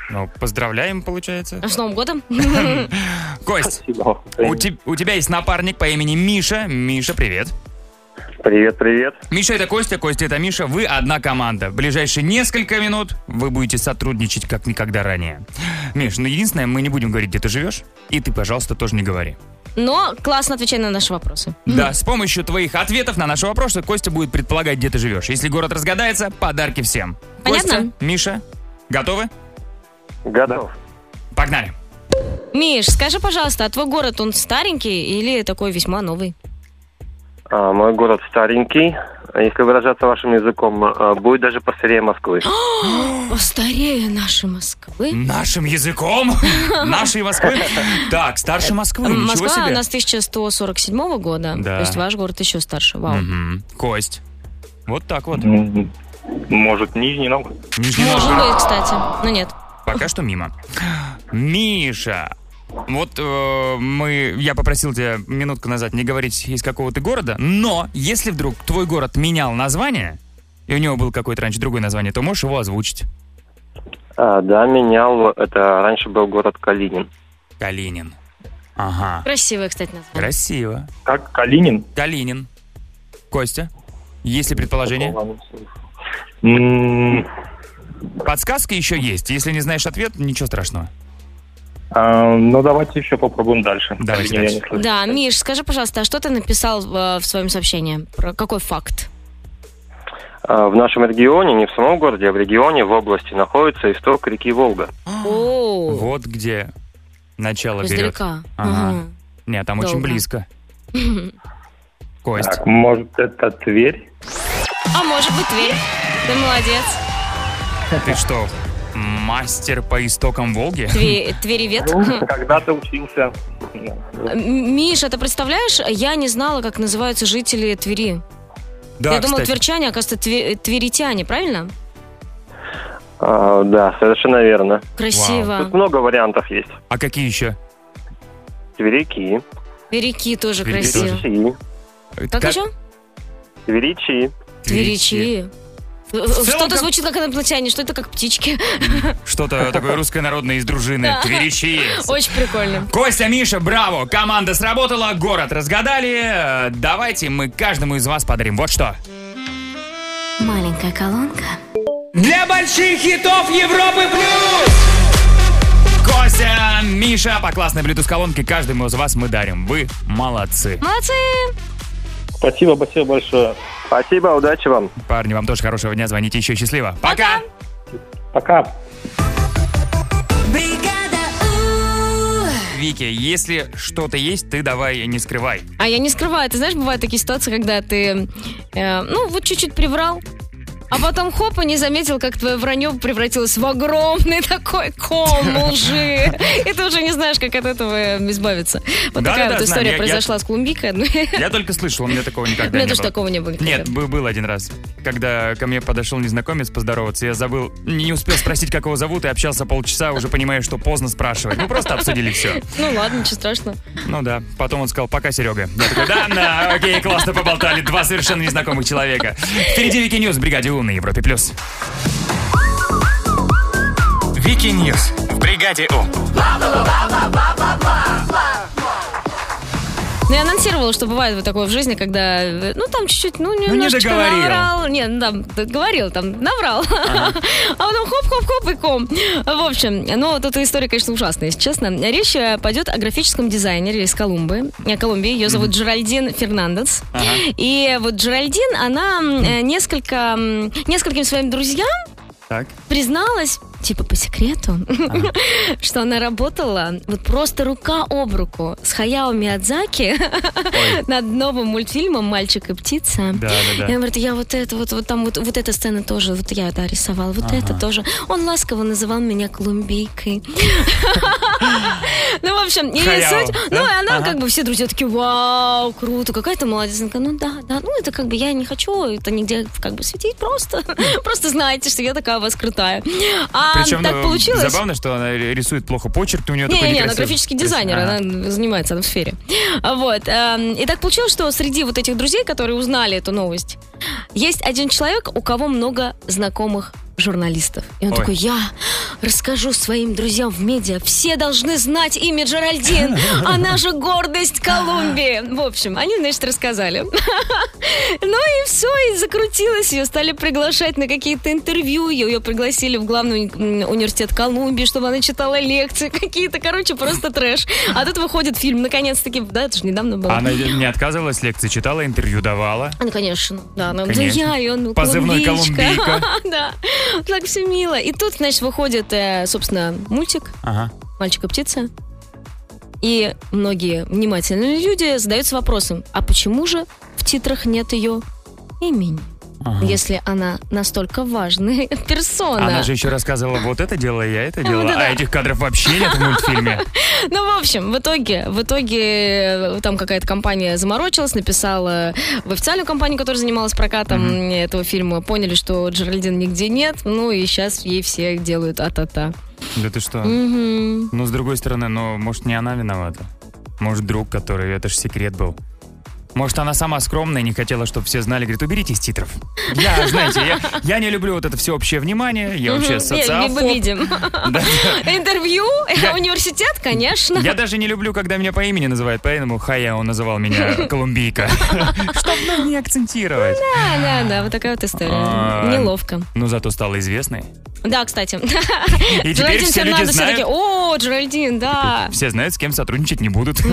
S3: Ну, поздравляем, получается.
S4: А с Новым годом?
S3: Кость, у, те- у тебя есть напарник по имени Миша. Миша, привет.
S15: Привет, привет.
S3: Миша это Костя, Костя это Миша. Вы одна команда. В ближайшие несколько минут вы будете сотрудничать как никогда ранее. Миш, ну единственное, мы не будем говорить, где ты живешь. И ты, пожалуйста, тоже не говори.
S4: Но классно отвечай на наши вопросы.
S3: Да, с помощью твоих ответов на наши вопросы Костя будет предполагать, где ты живешь. Если город разгадается, подарки всем.
S4: Понятно?
S3: Костя, Миша, готовы?
S15: Готов.
S3: Погнали.
S4: Миш, скажи, пожалуйста, а твой город, он старенький или такой весьма новый?
S25: А, Мой город старенький. Если выражаться вашим языком, а, будет даже постарее Москвы.
S4: Постарее нашей Москвы.
S3: Нашим языком? Нашей Москвы? Так, старше Москвы, ничего
S4: Москва
S3: себе.
S4: у нас 1147 года,
S3: Да.
S4: то есть ваш город еще старше. Вау.
S3: Мгм. Кость. Вот так вот.
S15: Может, Нижний Новгород?
S3: Нижний
S4: Может
S3: Новгород.
S4: быть, кстати, но нет.
S3: Пока что мимо. Миша, вот э, мы, я попросил тебя минутку назад не говорить из какого ты города, но если вдруг твой город менял название, и у него был какое-то раньше другое название, то можешь его озвучить.
S25: А, Да, менял. Это раньше был город Калинин.
S3: Калинин. Ага.
S4: Красивое, кстати, название.
S3: Красиво.
S15: Как Калинин?
S3: Калинин. Костя, есть ли предположение? Подсказка еще есть. Если не знаешь ответ, ничего страшного.
S15: А, ну, давайте еще попробуем дальше.
S3: Давайте
S15: Калинин я не
S3: дальше.
S15: слышал.
S4: Да, Миш, скажи, пожалуйста, а что ты написал э, в своем сообщении? Про какой факт?
S25: А, В нашем регионе, не в самом городе, а в регионе, в области, находится исток реки Волга.
S15: А.
S4: О,
S3: Вот где начало берет.
S4: издалека.
S3: Ага. Нет, там очень
S4: Долго.
S3: близко.
S4: Мгм.
S3: Кость.
S15: Так, может, это Тверь?
S4: А может быть, Тверь? Ты молодец.
S3: Ты что, мастер по истокам Волги?
S4: Тве- Тверевед.
S15: Ну, Когда-то учился.
S4: М, Миша, ты представляешь, я не знала, как называются жители Твери.
S25: Да,
S4: я думала,
S25: кстати.
S4: тверчане, оказывается, тве- тверитяне, правильно?
S25: А, Да, совершенно верно.
S4: Красиво.
S25: Тут много вариантов есть.
S3: А какие еще?
S25: Тверики,
S4: Тверики тоже
S25: Тверики
S4: красиво.
S25: Тверичи,
S4: Как, еще?
S25: Тверичи.
S4: Тверичи.
S25: целом,
S4: Что-то
S25: как-
S4: звучит как инопланетяне, что это как птички.
S3: Что-то такое русское народное из дружины.
S4: Да.
S3: Тверичи.
S4: Очень прикольно.
S3: Костя, Миша, браво! Команда сработала, город разгадали. Э, Давайте мы каждому из вас подарим вот что.
S2: Маленькая колонка.
S3: Для больших хитов Европы плюс! Костя, Миша, по классной Bluetooth колонке каждому из вас мы дарим. Вы молодцы.
S4: Молодцы!
S15: Спасибо, спасибо большое.
S25: Спасибо, удачи вам.
S3: Парни, вам тоже хорошего дня, звоните еще счастливо. Пока!
S15: Пока.
S3: Вики, если что-то есть, ты давай не скрывай.
S4: А я не скрываю, ты знаешь, бывают такие ситуации, когда ты, э, ну, вот чуть-чуть приврал, а потом хоп, и не заметил, как твое вранье превратилось в огромный такой ком лжи. И ты уже не знаешь, как от этого избавиться. Вот
S3: Да-да-да, знаю,
S4: такая вот
S3: я-
S4: история
S3: я-
S4: произошла с клумбикой. одной.
S3: Я только слышал, у меня такого
S4: У
S3: никогда
S4: меня
S3: не
S4: тоже
S3: было.
S4: такого не было. никогда.
S3: Нет, бы- был один раз, когда ко мне подошел незнакомец поздороваться, я забыл, не успел спросить, как его зовут, и общался полчаса, уже понимая, что поздно спрашивать. Ну, просто обсудили все.
S4: Ну ладно, ничего страшного.
S3: Ну да, потом он сказал, пока, Серега. Я такой, да, да, окей, классно поболтали, два совершенно незнакомых человека. Впереди Вики Ньюс, Бригаде У на Европе+. плюс.
S6: Вики Ньюс в бригаде У.
S4: Ну, я анонсировала, что бывает вот такое в жизни, когда, э, ну, там чуть-чуть, ну,
S3: не
S4: немножечко
S3: договорил.
S4: наврал. Не, ну, там, говорил, там, наврал. А потом хоп-хоп-хоп и ком. В общем, ну, вот эта история, конечно, ужасная, если честно. Речь э, пойдет о графическом дизайнере из Колумбы. э, Колумбии. Ее зовут Джеральдин Фернандес.
S1: Ага.
S4: И вот Джеральдин, она э, несколько, м, нескольким своим друзьям
S3: Так.
S4: призналась, типа по секрету, что она работала вот просто рука об руку с Хаяо Миядзаки над новым мультфильмом «Мальчик и птица».
S1: Да, да, да.
S4: И она говорит, я вот это, вот, вот там, вот, вот эта сцена тоже, вот я, да, рисовала, вот это тоже. Он ласково называл меня клумбийкой. Ну, в общем, и
S1: Хаяо,
S4: суть-
S1: да?
S4: Ну, и она
S1: Ага.
S4: как бы все друзья такие, вау, круто, какая ты молодец. Она такая, ну да, да, ну это как бы я не хочу это нигде как бы светить, просто, просто знаете, что я такая у вас крутая. А
S3: Причем
S4: так
S3: ну,
S4: получилось.
S3: забавно, что она рисует плохо почерк, и у нее такой
S4: Не-не-не, она
S3: некрасивый.
S4: графический дизайнер,
S3: Ага.
S4: она занимается в сфере. А Вот. эм, И так получилось, что среди вот этих друзей, которые узнали эту новость, есть один человек, у кого много знакомых журналистов. И он
S1: Ой.
S4: такой, я расскажу своим друзьям в медиа, все должны знать имя Джеральдин, она же гордость Колумбии. В общем, они, значит, рассказали. Ну и все, и закрутилось. Ее стали приглашать на какие-то интервью. Ее, ее пригласили в главный уни- м, университет Колумбии, чтобы она читала лекции какие-то. Короче, просто трэш. А тут выходит фильм, наконец-таки. Да, это же недавно было.
S3: Она не отказывалась, лекции читала, интервью давала.
S4: А, ну, конечно, да, она, да
S3: Конечно.
S4: я, и он
S3: Позывной «Колумбийка».
S4: да, так все мило. И тут, значит, выходит, э, собственно, мультик
S3: Ага.
S4: «Мальчик и птица». И многие внимательные люди задаются вопросом, а почему же в титрах нет ее имени? Если она настолько важная персона.
S3: Она же еще рассказывала, вот это делала, я это делала,
S4: да-да.
S3: а этих кадров вообще нет в мультфильме.
S4: Ну, в общем, в итоге, в итоге э, там какая-то компания заморочилась, написала в официальную компанию, которая занималась прокатом э, этого фильма, поняли, что Джеральдин нигде нет, ну и сейчас ей все делают а-та-та.
S3: Да ты что?
S4: Мгм.
S3: Ну, с другой стороны, ну, может, не она виновата. Может, друг, который, это же секрет был. Может, она сама скромная, не хотела, чтобы все знали. Говорит, уберите из титров. Я, знаете, я, я не люблю вот это всеобщее внимание. Я вообще
S4: Мгм. Не,
S3: социал.
S4: мы видим. Интервью,
S3: Я-
S4: университет, конечно.
S3: Я даже не люблю, когда меня по имени называют, поэтому Хая он называл меня Колумбийка. Чтоб нам не акцентировать.
S4: Ну, Да, да, да, вот такая вот
S3: А,
S4: история. Неловко.
S3: Ну, зато стала известной.
S4: Да, кстати.
S3: теперь
S4: Джеральдин
S3: все люди
S4: Фернандо все
S3: знают.
S4: таки о, Джеральдин, да.
S3: Все знают, с кем сотрудничать не будут.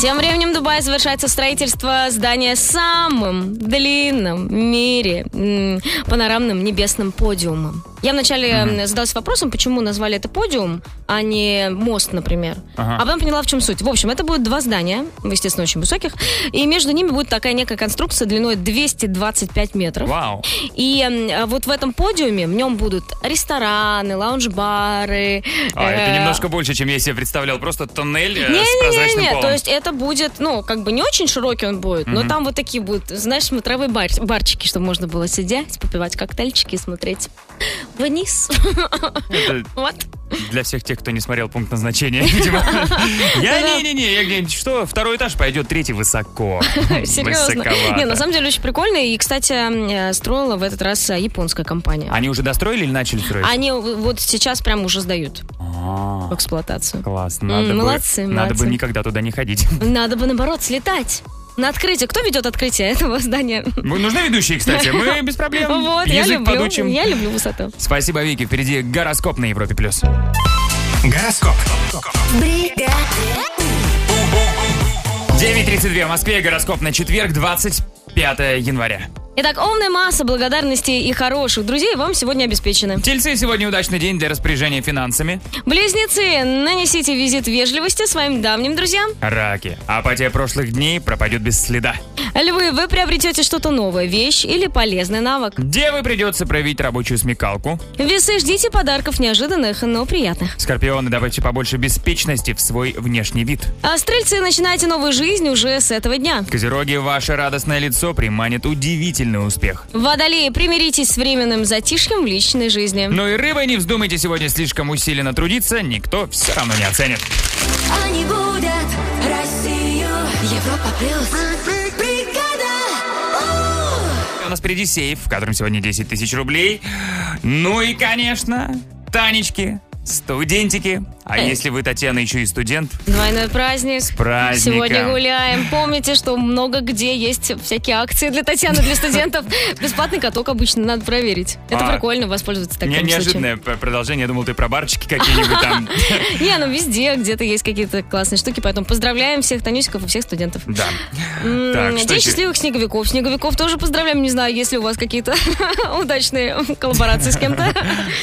S4: Тем временем в Дубае завершается строительство здания с самым длинным в мире м, панорамным небесным подиумом. Я вначале м, задалась вопросом, почему назвали это подиум, а не мост, например.
S1: Ага.
S4: А потом поняла, в чем суть. В общем, это будут два здания, естественно, очень высоких, и между ними будет такая некая конструкция длиной 225 метров.
S3: Вау.
S4: И м, а вот в этом подиуме, в нем будут рестораны, лаунж-бары.
S3: А, это
S4: э,
S3: немножко больше, чем я себе представлял. Просто тоннель э, с прозрачным
S4: не-не-не,
S3: полом.
S4: то есть это будет, ну, как бы не очень широкий он будет, но
S3: Мгм.
S4: там вот такие будут, знаешь, смотровые бар- барчики, чтобы можно было сидеть, попивать коктейльчики и смотреть вниз.
S3: Это
S4: Вот.
S3: Для всех тех, кто не смотрел пункт назначения, видимо. Я не-не-не, я где-нибудь, что, второй этаж пойдет, третий высоко.
S4: Серьезно.
S3: Высоковато.
S4: Не, на самом деле очень прикольно. И, кстати, э, строила в этот раз э, японская компания.
S3: Они уже достроили или начали строить?
S4: Они в- вот сейчас прям уже сдают
S3: А,
S4: в эксплуатацию.
S3: Класс,
S4: М,
S3: надо бы-
S4: молодцы,
S3: Надо бы
S4: молодцы.
S3: никогда туда не ходить.
S4: Надо бы, наоборот, слетать. На открытие. Кто ведет открытие этого здания?
S3: Мы нужны ведущие, кстати, мы без проблем.
S4: Вот, я
S3: Язык
S4: люблю.
S3: подучим.
S4: Я люблю высоту.
S3: Спасибо, Вики. Впереди гороскоп на Европе+. плюс.
S6: Гороскоп.
S3: 9.32 в Москве, гороскоп на четверг, 25 января.
S4: Итак, умная масса благодарности и хороших друзей вам сегодня обеспечены.
S3: Тельцы, сегодня удачный день для распоряжения финансами.
S4: Близнецы, нанесите визит вежливости своим давним друзьям.
S3: Раки, апатия прошлых дней пропадет без следа.
S4: Львы, вы приобретете что-то новое, вещь или полезный навык.
S3: Девы, придется проявить рабочую смекалку.
S4: Весы, ждите подарков неожиданных, но приятных.
S3: Скорпионы, давайте побольше беспечности в свой внешний вид.
S4: А стрельцы, начинайте новую жизнь уже с этого дня.
S3: Козероги, ваше радостное лицо приманит удивительный успех.
S4: Водолеи, примиритесь с временным затишьем в личной жизни.
S3: Ну и рыбы, не вздумайте сегодня слишком усиленно трудиться, никто все равно не оценит.
S1: Они будут Россию, Европа плюс. Бригада!
S3: У нас впереди сейф, в котором сегодня 10 тысяч рублей. Ну и, конечно, Танечки, студентики. А
S4: Э.
S3: если вы, Татьяна, еще и студент,
S4: Двойной праздник. С
S3: праздником.
S4: Сегодня гуляем. Помните, что много где есть всякие акции для Татьяны, для студентов. Бесплатный каток обычно надо проверить. Это
S3: А.
S4: прикольно, воспользоваться
S3: Не-
S4: таким
S3: неожиданное п- продолжение. Я думал, ты про барчики какие-нибудь там.
S4: случаем. Не, ну везде где-то есть какие-то классные штуки, поэтому поздравляем всех Танюсиков и всех студентов.
S3: Да.
S4: М,
S3: Так, что
S4: День
S3: еще?
S4: счастливых снеговиков. Снеговиков тоже поздравляем. Не знаю, есть ли у вас какие-то удачные коллаборации с кем-то.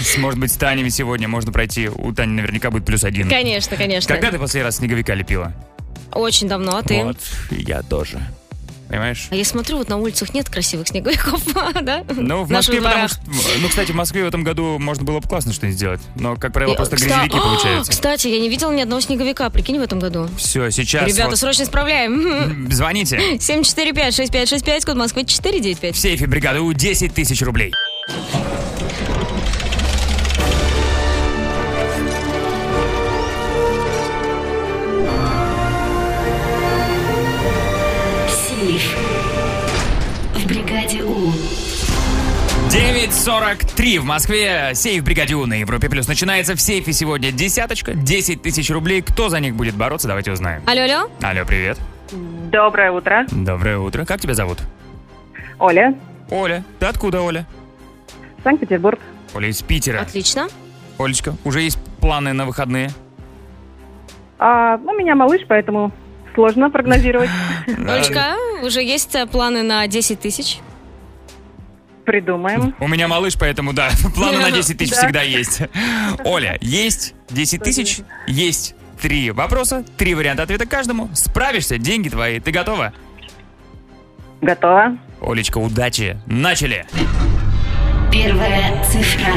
S3: С- Может быть, с Таней сегодня можно пройти. У Тани наверняка будет плюс один.
S4: Конечно, конечно.
S3: Когда ты последний раз снеговика лепила?
S4: Очень давно, а ты?
S3: Вот, я тоже. Понимаешь?
S4: А я смотрю, вот на улицах нет красивых снеговиков, да?
S3: Ну, в
S4: наших
S3: Москве, потому
S4: дворах.
S3: что... Ну, кстати, в Москве в этом году можно было бы классно что-нибудь сделать. Но, как правило,
S4: И,
S3: просто
S4: кста-
S3: грязевики
S4: А,
S3: получаются.
S4: Кстати, я не видела ни одного снеговика, прикинь, в этом году.
S3: Все, сейчас...
S4: Ребята,
S3: вот-
S4: срочно справляем.
S3: Звоните.
S4: 745-6565, код Москвы
S3: В
S4: 495.
S3: сейфе бригады У 10 тысяч рублей.
S2: Сейф. В бригаде У.
S3: 9.43 в Москве. Сейф бригаде У на Европе Плюс. Начинается в сейфе сегодня десяточка, 10 тысяч рублей. Кто за них будет бороться, давайте узнаем.
S4: Алло, алло.
S3: Алло, привет.
S14: Доброе утро.
S3: Доброе утро. Как тебя зовут?
S14: Оля.
S3: Оля. Ты откуда, Оля?
S14: Санкт-Петербург.
S3: Оля из Питера.
S4: Отлично.
S3: Олечка, уже есть планы на выходные?
S14: А, у меня малыш, поэтому сложно прогнозировать.
S3: А,
S4: Олечка, уже есть э, планы на 10 тысяч?
S14: Придумаем.
S3: У меня малыш, поэтому да, планы на 10 тысяч
S14: Да.
S3: всегда есть. Оля, есть 10 тысяч, есть три вопроса, три варианта ответа каждому. Справишься, деньги твои. Ты готова?
S14: Готова.
S3: Олечка, удачи. Начали.
S2: Первая цифра.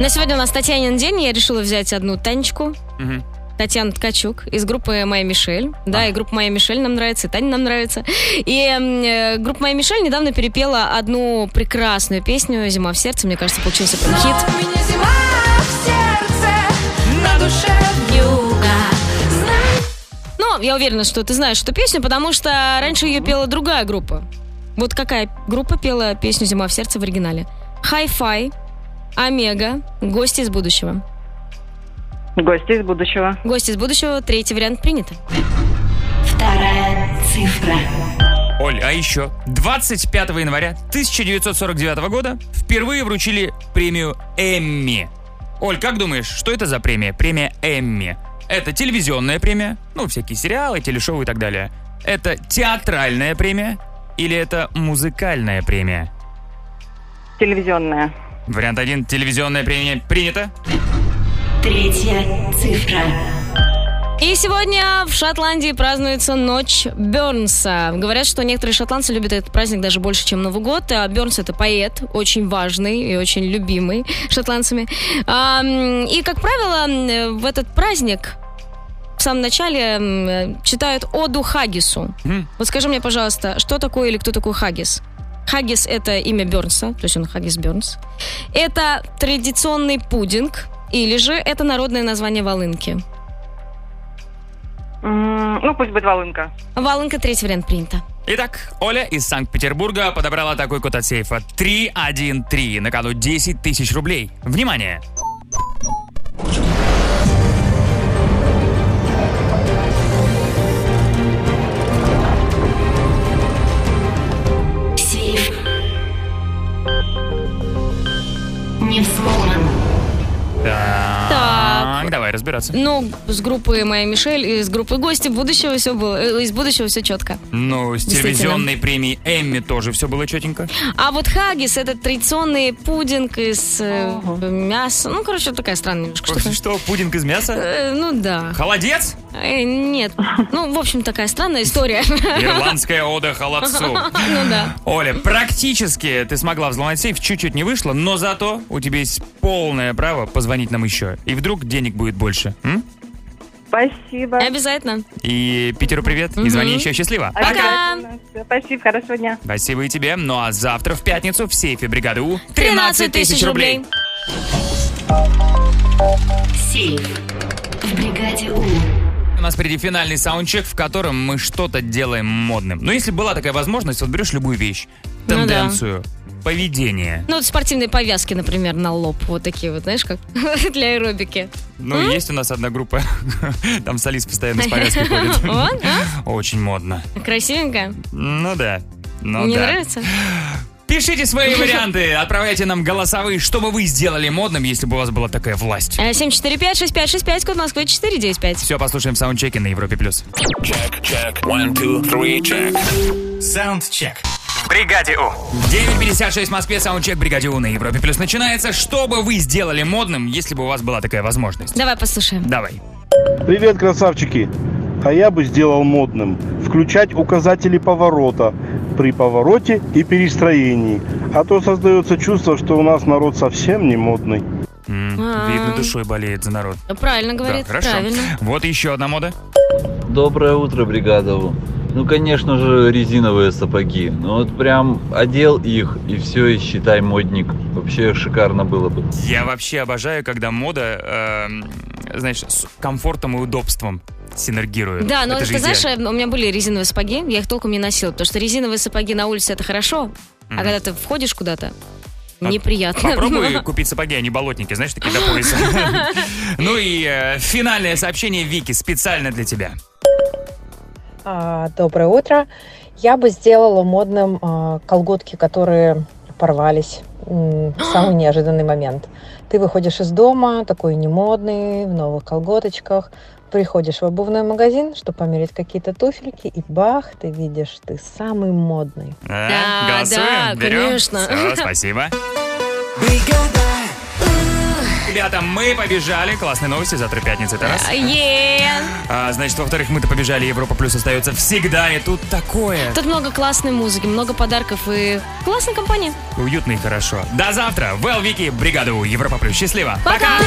S4: На сегодня у нас Татьянин день, я решила взять одну Танечку.
S3: Мгм.
S4: Татьяна Ткачук из группы «Моя Мишель». Да, и группа «Моя Мишель» нам нравится, и Таня нам нравится. И м, э, группа «Моя Мишель» недавно перепела одну прекрасную песню «Зима в сердце». Мне кажется, получился прям хит.
S1: У меня зима в сердце, на душе вьюга.
S4: Но я уверена, что ты знаешь эту песню, потому что раньше ее пела другая группа. Вот какая группа пела песню «Зима в сердце» в оригинале? Хай-фай, Омега, Гости из будущего.
S14: Гости из будущего.
S4: Гости из будущего, третий вариант принято.
S2: Вторая цифра.
S3: Оль, а еще 25 января 1949 года впервые вручили премию Эмми. Оль, как думаешь, что это за премия? Премия Эмми. Это телевизионная премия, ну, всякие сериалы, телешоу и так далее. Это театральная премия или это музыкальная премия?
S14: Телевизионная.
S3: Вариант 1. Телевизионная премия принята.
S2: Третья цифра.
S4: И сегодня в Шотландии празднуется Ночь Бернса. Говорят, что некоторые шотландцы любят этот праздник даже больше, чем Новый год. А Бернс — это поэт, очень важный и очень любимый шотландцами. А, м, И, как правило, м, э, в этот праздник в самом начале м, э, читают оду Хаггису.
S3: Мгм.
S4: Вот скажи мне, пожалуйста, что такое или кто такой Хаггис? Хаггис – это имя Бернса, то есть он Хаггис Бернс. Это традиционный пудинг, или же это народное название волынки.
S14: М, Ну, пусть будет волынка.
S4: Валенка, третий вариант принято.
S3: Итак, Оля из Санкт-Петербурга подобрала такой код от сейфа 313. На кону 10 тысяч рублей. Внимание!
S2: Сейф. Не взломан.
S3: Так.
S4: Так,
S3: Так, давай разбираться.
S4: Ну, с группы моя Мишель и с группы гости будущего все было, э, из будущего все четко.
S3: Ну, с
S4: Действительно.
S3: телевизионной премией Эмми тоже все было четенько.
S4: А вот хаггис это традиционный пудинг из э, мяса. Ну, короче, такая странная немножко штука.
S3: Что, пудинг из мяса?
S4: Э, ну да.
S3: Холодец?
S4: Э, нет. Ну, в общем, такая странная история.
S3: Ирландская ода холодцу.
S4: Ну да.
S3: Оля, практически ты смогла взломать сейф, чуть-чуть не вышло, но зато у тебя есть полное право позвонить нам еще. И вдруг денег будет больше. м?
S14: Спасибо.
S4: Обязательно.
S3: И Питеру привет, и звони еще. Счастливо.
S14: Обязательно. Спасибо, хорошего дня.
S3: Спасибо и тебе. Ну а завтра в пятницу в сейфе бригады У
S4: 13 тысяч рублей.
S2: Сейф. В бригаде У.
S3: У нас впереди финальный саундчек, в котором мы что-то делаем модным. Но если была такая возможность, вот берешь любую вещь,
S4: Ну да.
S3: тенденцию, поведение.
S4: Ну, вот спортивные повязки, например, на лоб. Вот такие вот, знаешь, как для аэробики.
S3: Ну, есть у нас одна группа, там солист постоянно с повязкой ходит.
S4: Вот, а?
S3: Очень модно.
S4: Красивенько.
S3: Ну да. Ну
S4: Не
S3: да.
S4: нравится?
S3: Пишите свои варианты, отправляйте нам голосовые, что бы вы сделали модным, если бы у вас была такая власть.
S4: Э, 745-6565, код Москвы 495.
S3: Все, послушаем саундчеки на Европе+. плюс.
S6: Саундчек. В бригаде У.
S3: 9.56 в Москве, саундчек бригаде У на Европе+. Плюс начинается. Что бы вы сделали модным, если бы у вас была такая возможность?
S4: Давай послушаем.
S3: Давай.
S7: Привет, красавчики! А я бы сделал модным включать указатели поворота при повороте и перестроении. А то создается чувство, что у нас народ совсем не модный.
S4: А.
S3: Видно, душой болеет за народ.
S4: Правильно
S3: Да,
S4: говорит,
S3: хорошо.
S4: правильно.
S3: Вот еще одна мода.
S26: Доброе утро, бригадову. Ну, конечно же, резиновые сапоги. Ну, вот прям одел их, и все, и считай модник. Вообще шикарно было бы.
S3: Я вообще обожаю, когда мода, эм, знаешь, с комфортом и удобством синергирует.
S4: Да,
S3: Э, Это
S4: но вот
S3: же
S4: ты знаешь,
S3: идеально.
S4: э, у меня были резиновые сапоги, я их толком не носила, потому что резиновые сапоги на улице это хорошо, а когда Ну. ты входишь куда-то,
S3: А
S4: неприятно.
S3: Попробуй купить сапоги, а не болотники, знаешь, такие до пояса. Ну и э, финальное сообщение Вики специально для тебя.
S12: А, Доброе утро. Я бы сделала модным а, колготки, которые порвались м, в самый неожиданный момент. Ты выходишь из дома, такой немодный, в новых колготочках, приходишь в обувной магазин, чтобы померить какие-то туфельки, и бах, ты видишь, ты самый модный.
S3: А,
S12: Да, да,
S3: Голосуем? Берем?
S12: конечно.
S3: Всё, спасибо. Ребята, мы побежали. Классные новости. Завтра пятница, это раз.
S4: Е.
S3: А, значит, во-вторых, мы-то побежали. Европа Плюс остается всегда. И тут такое.
S4: Тут много классной музыки, много подарков и классной компании.
S3: Уютно и хорошо. До завтра. Вел Вики, бригаду Европа Плюс. Счастливо.
S4: Пока!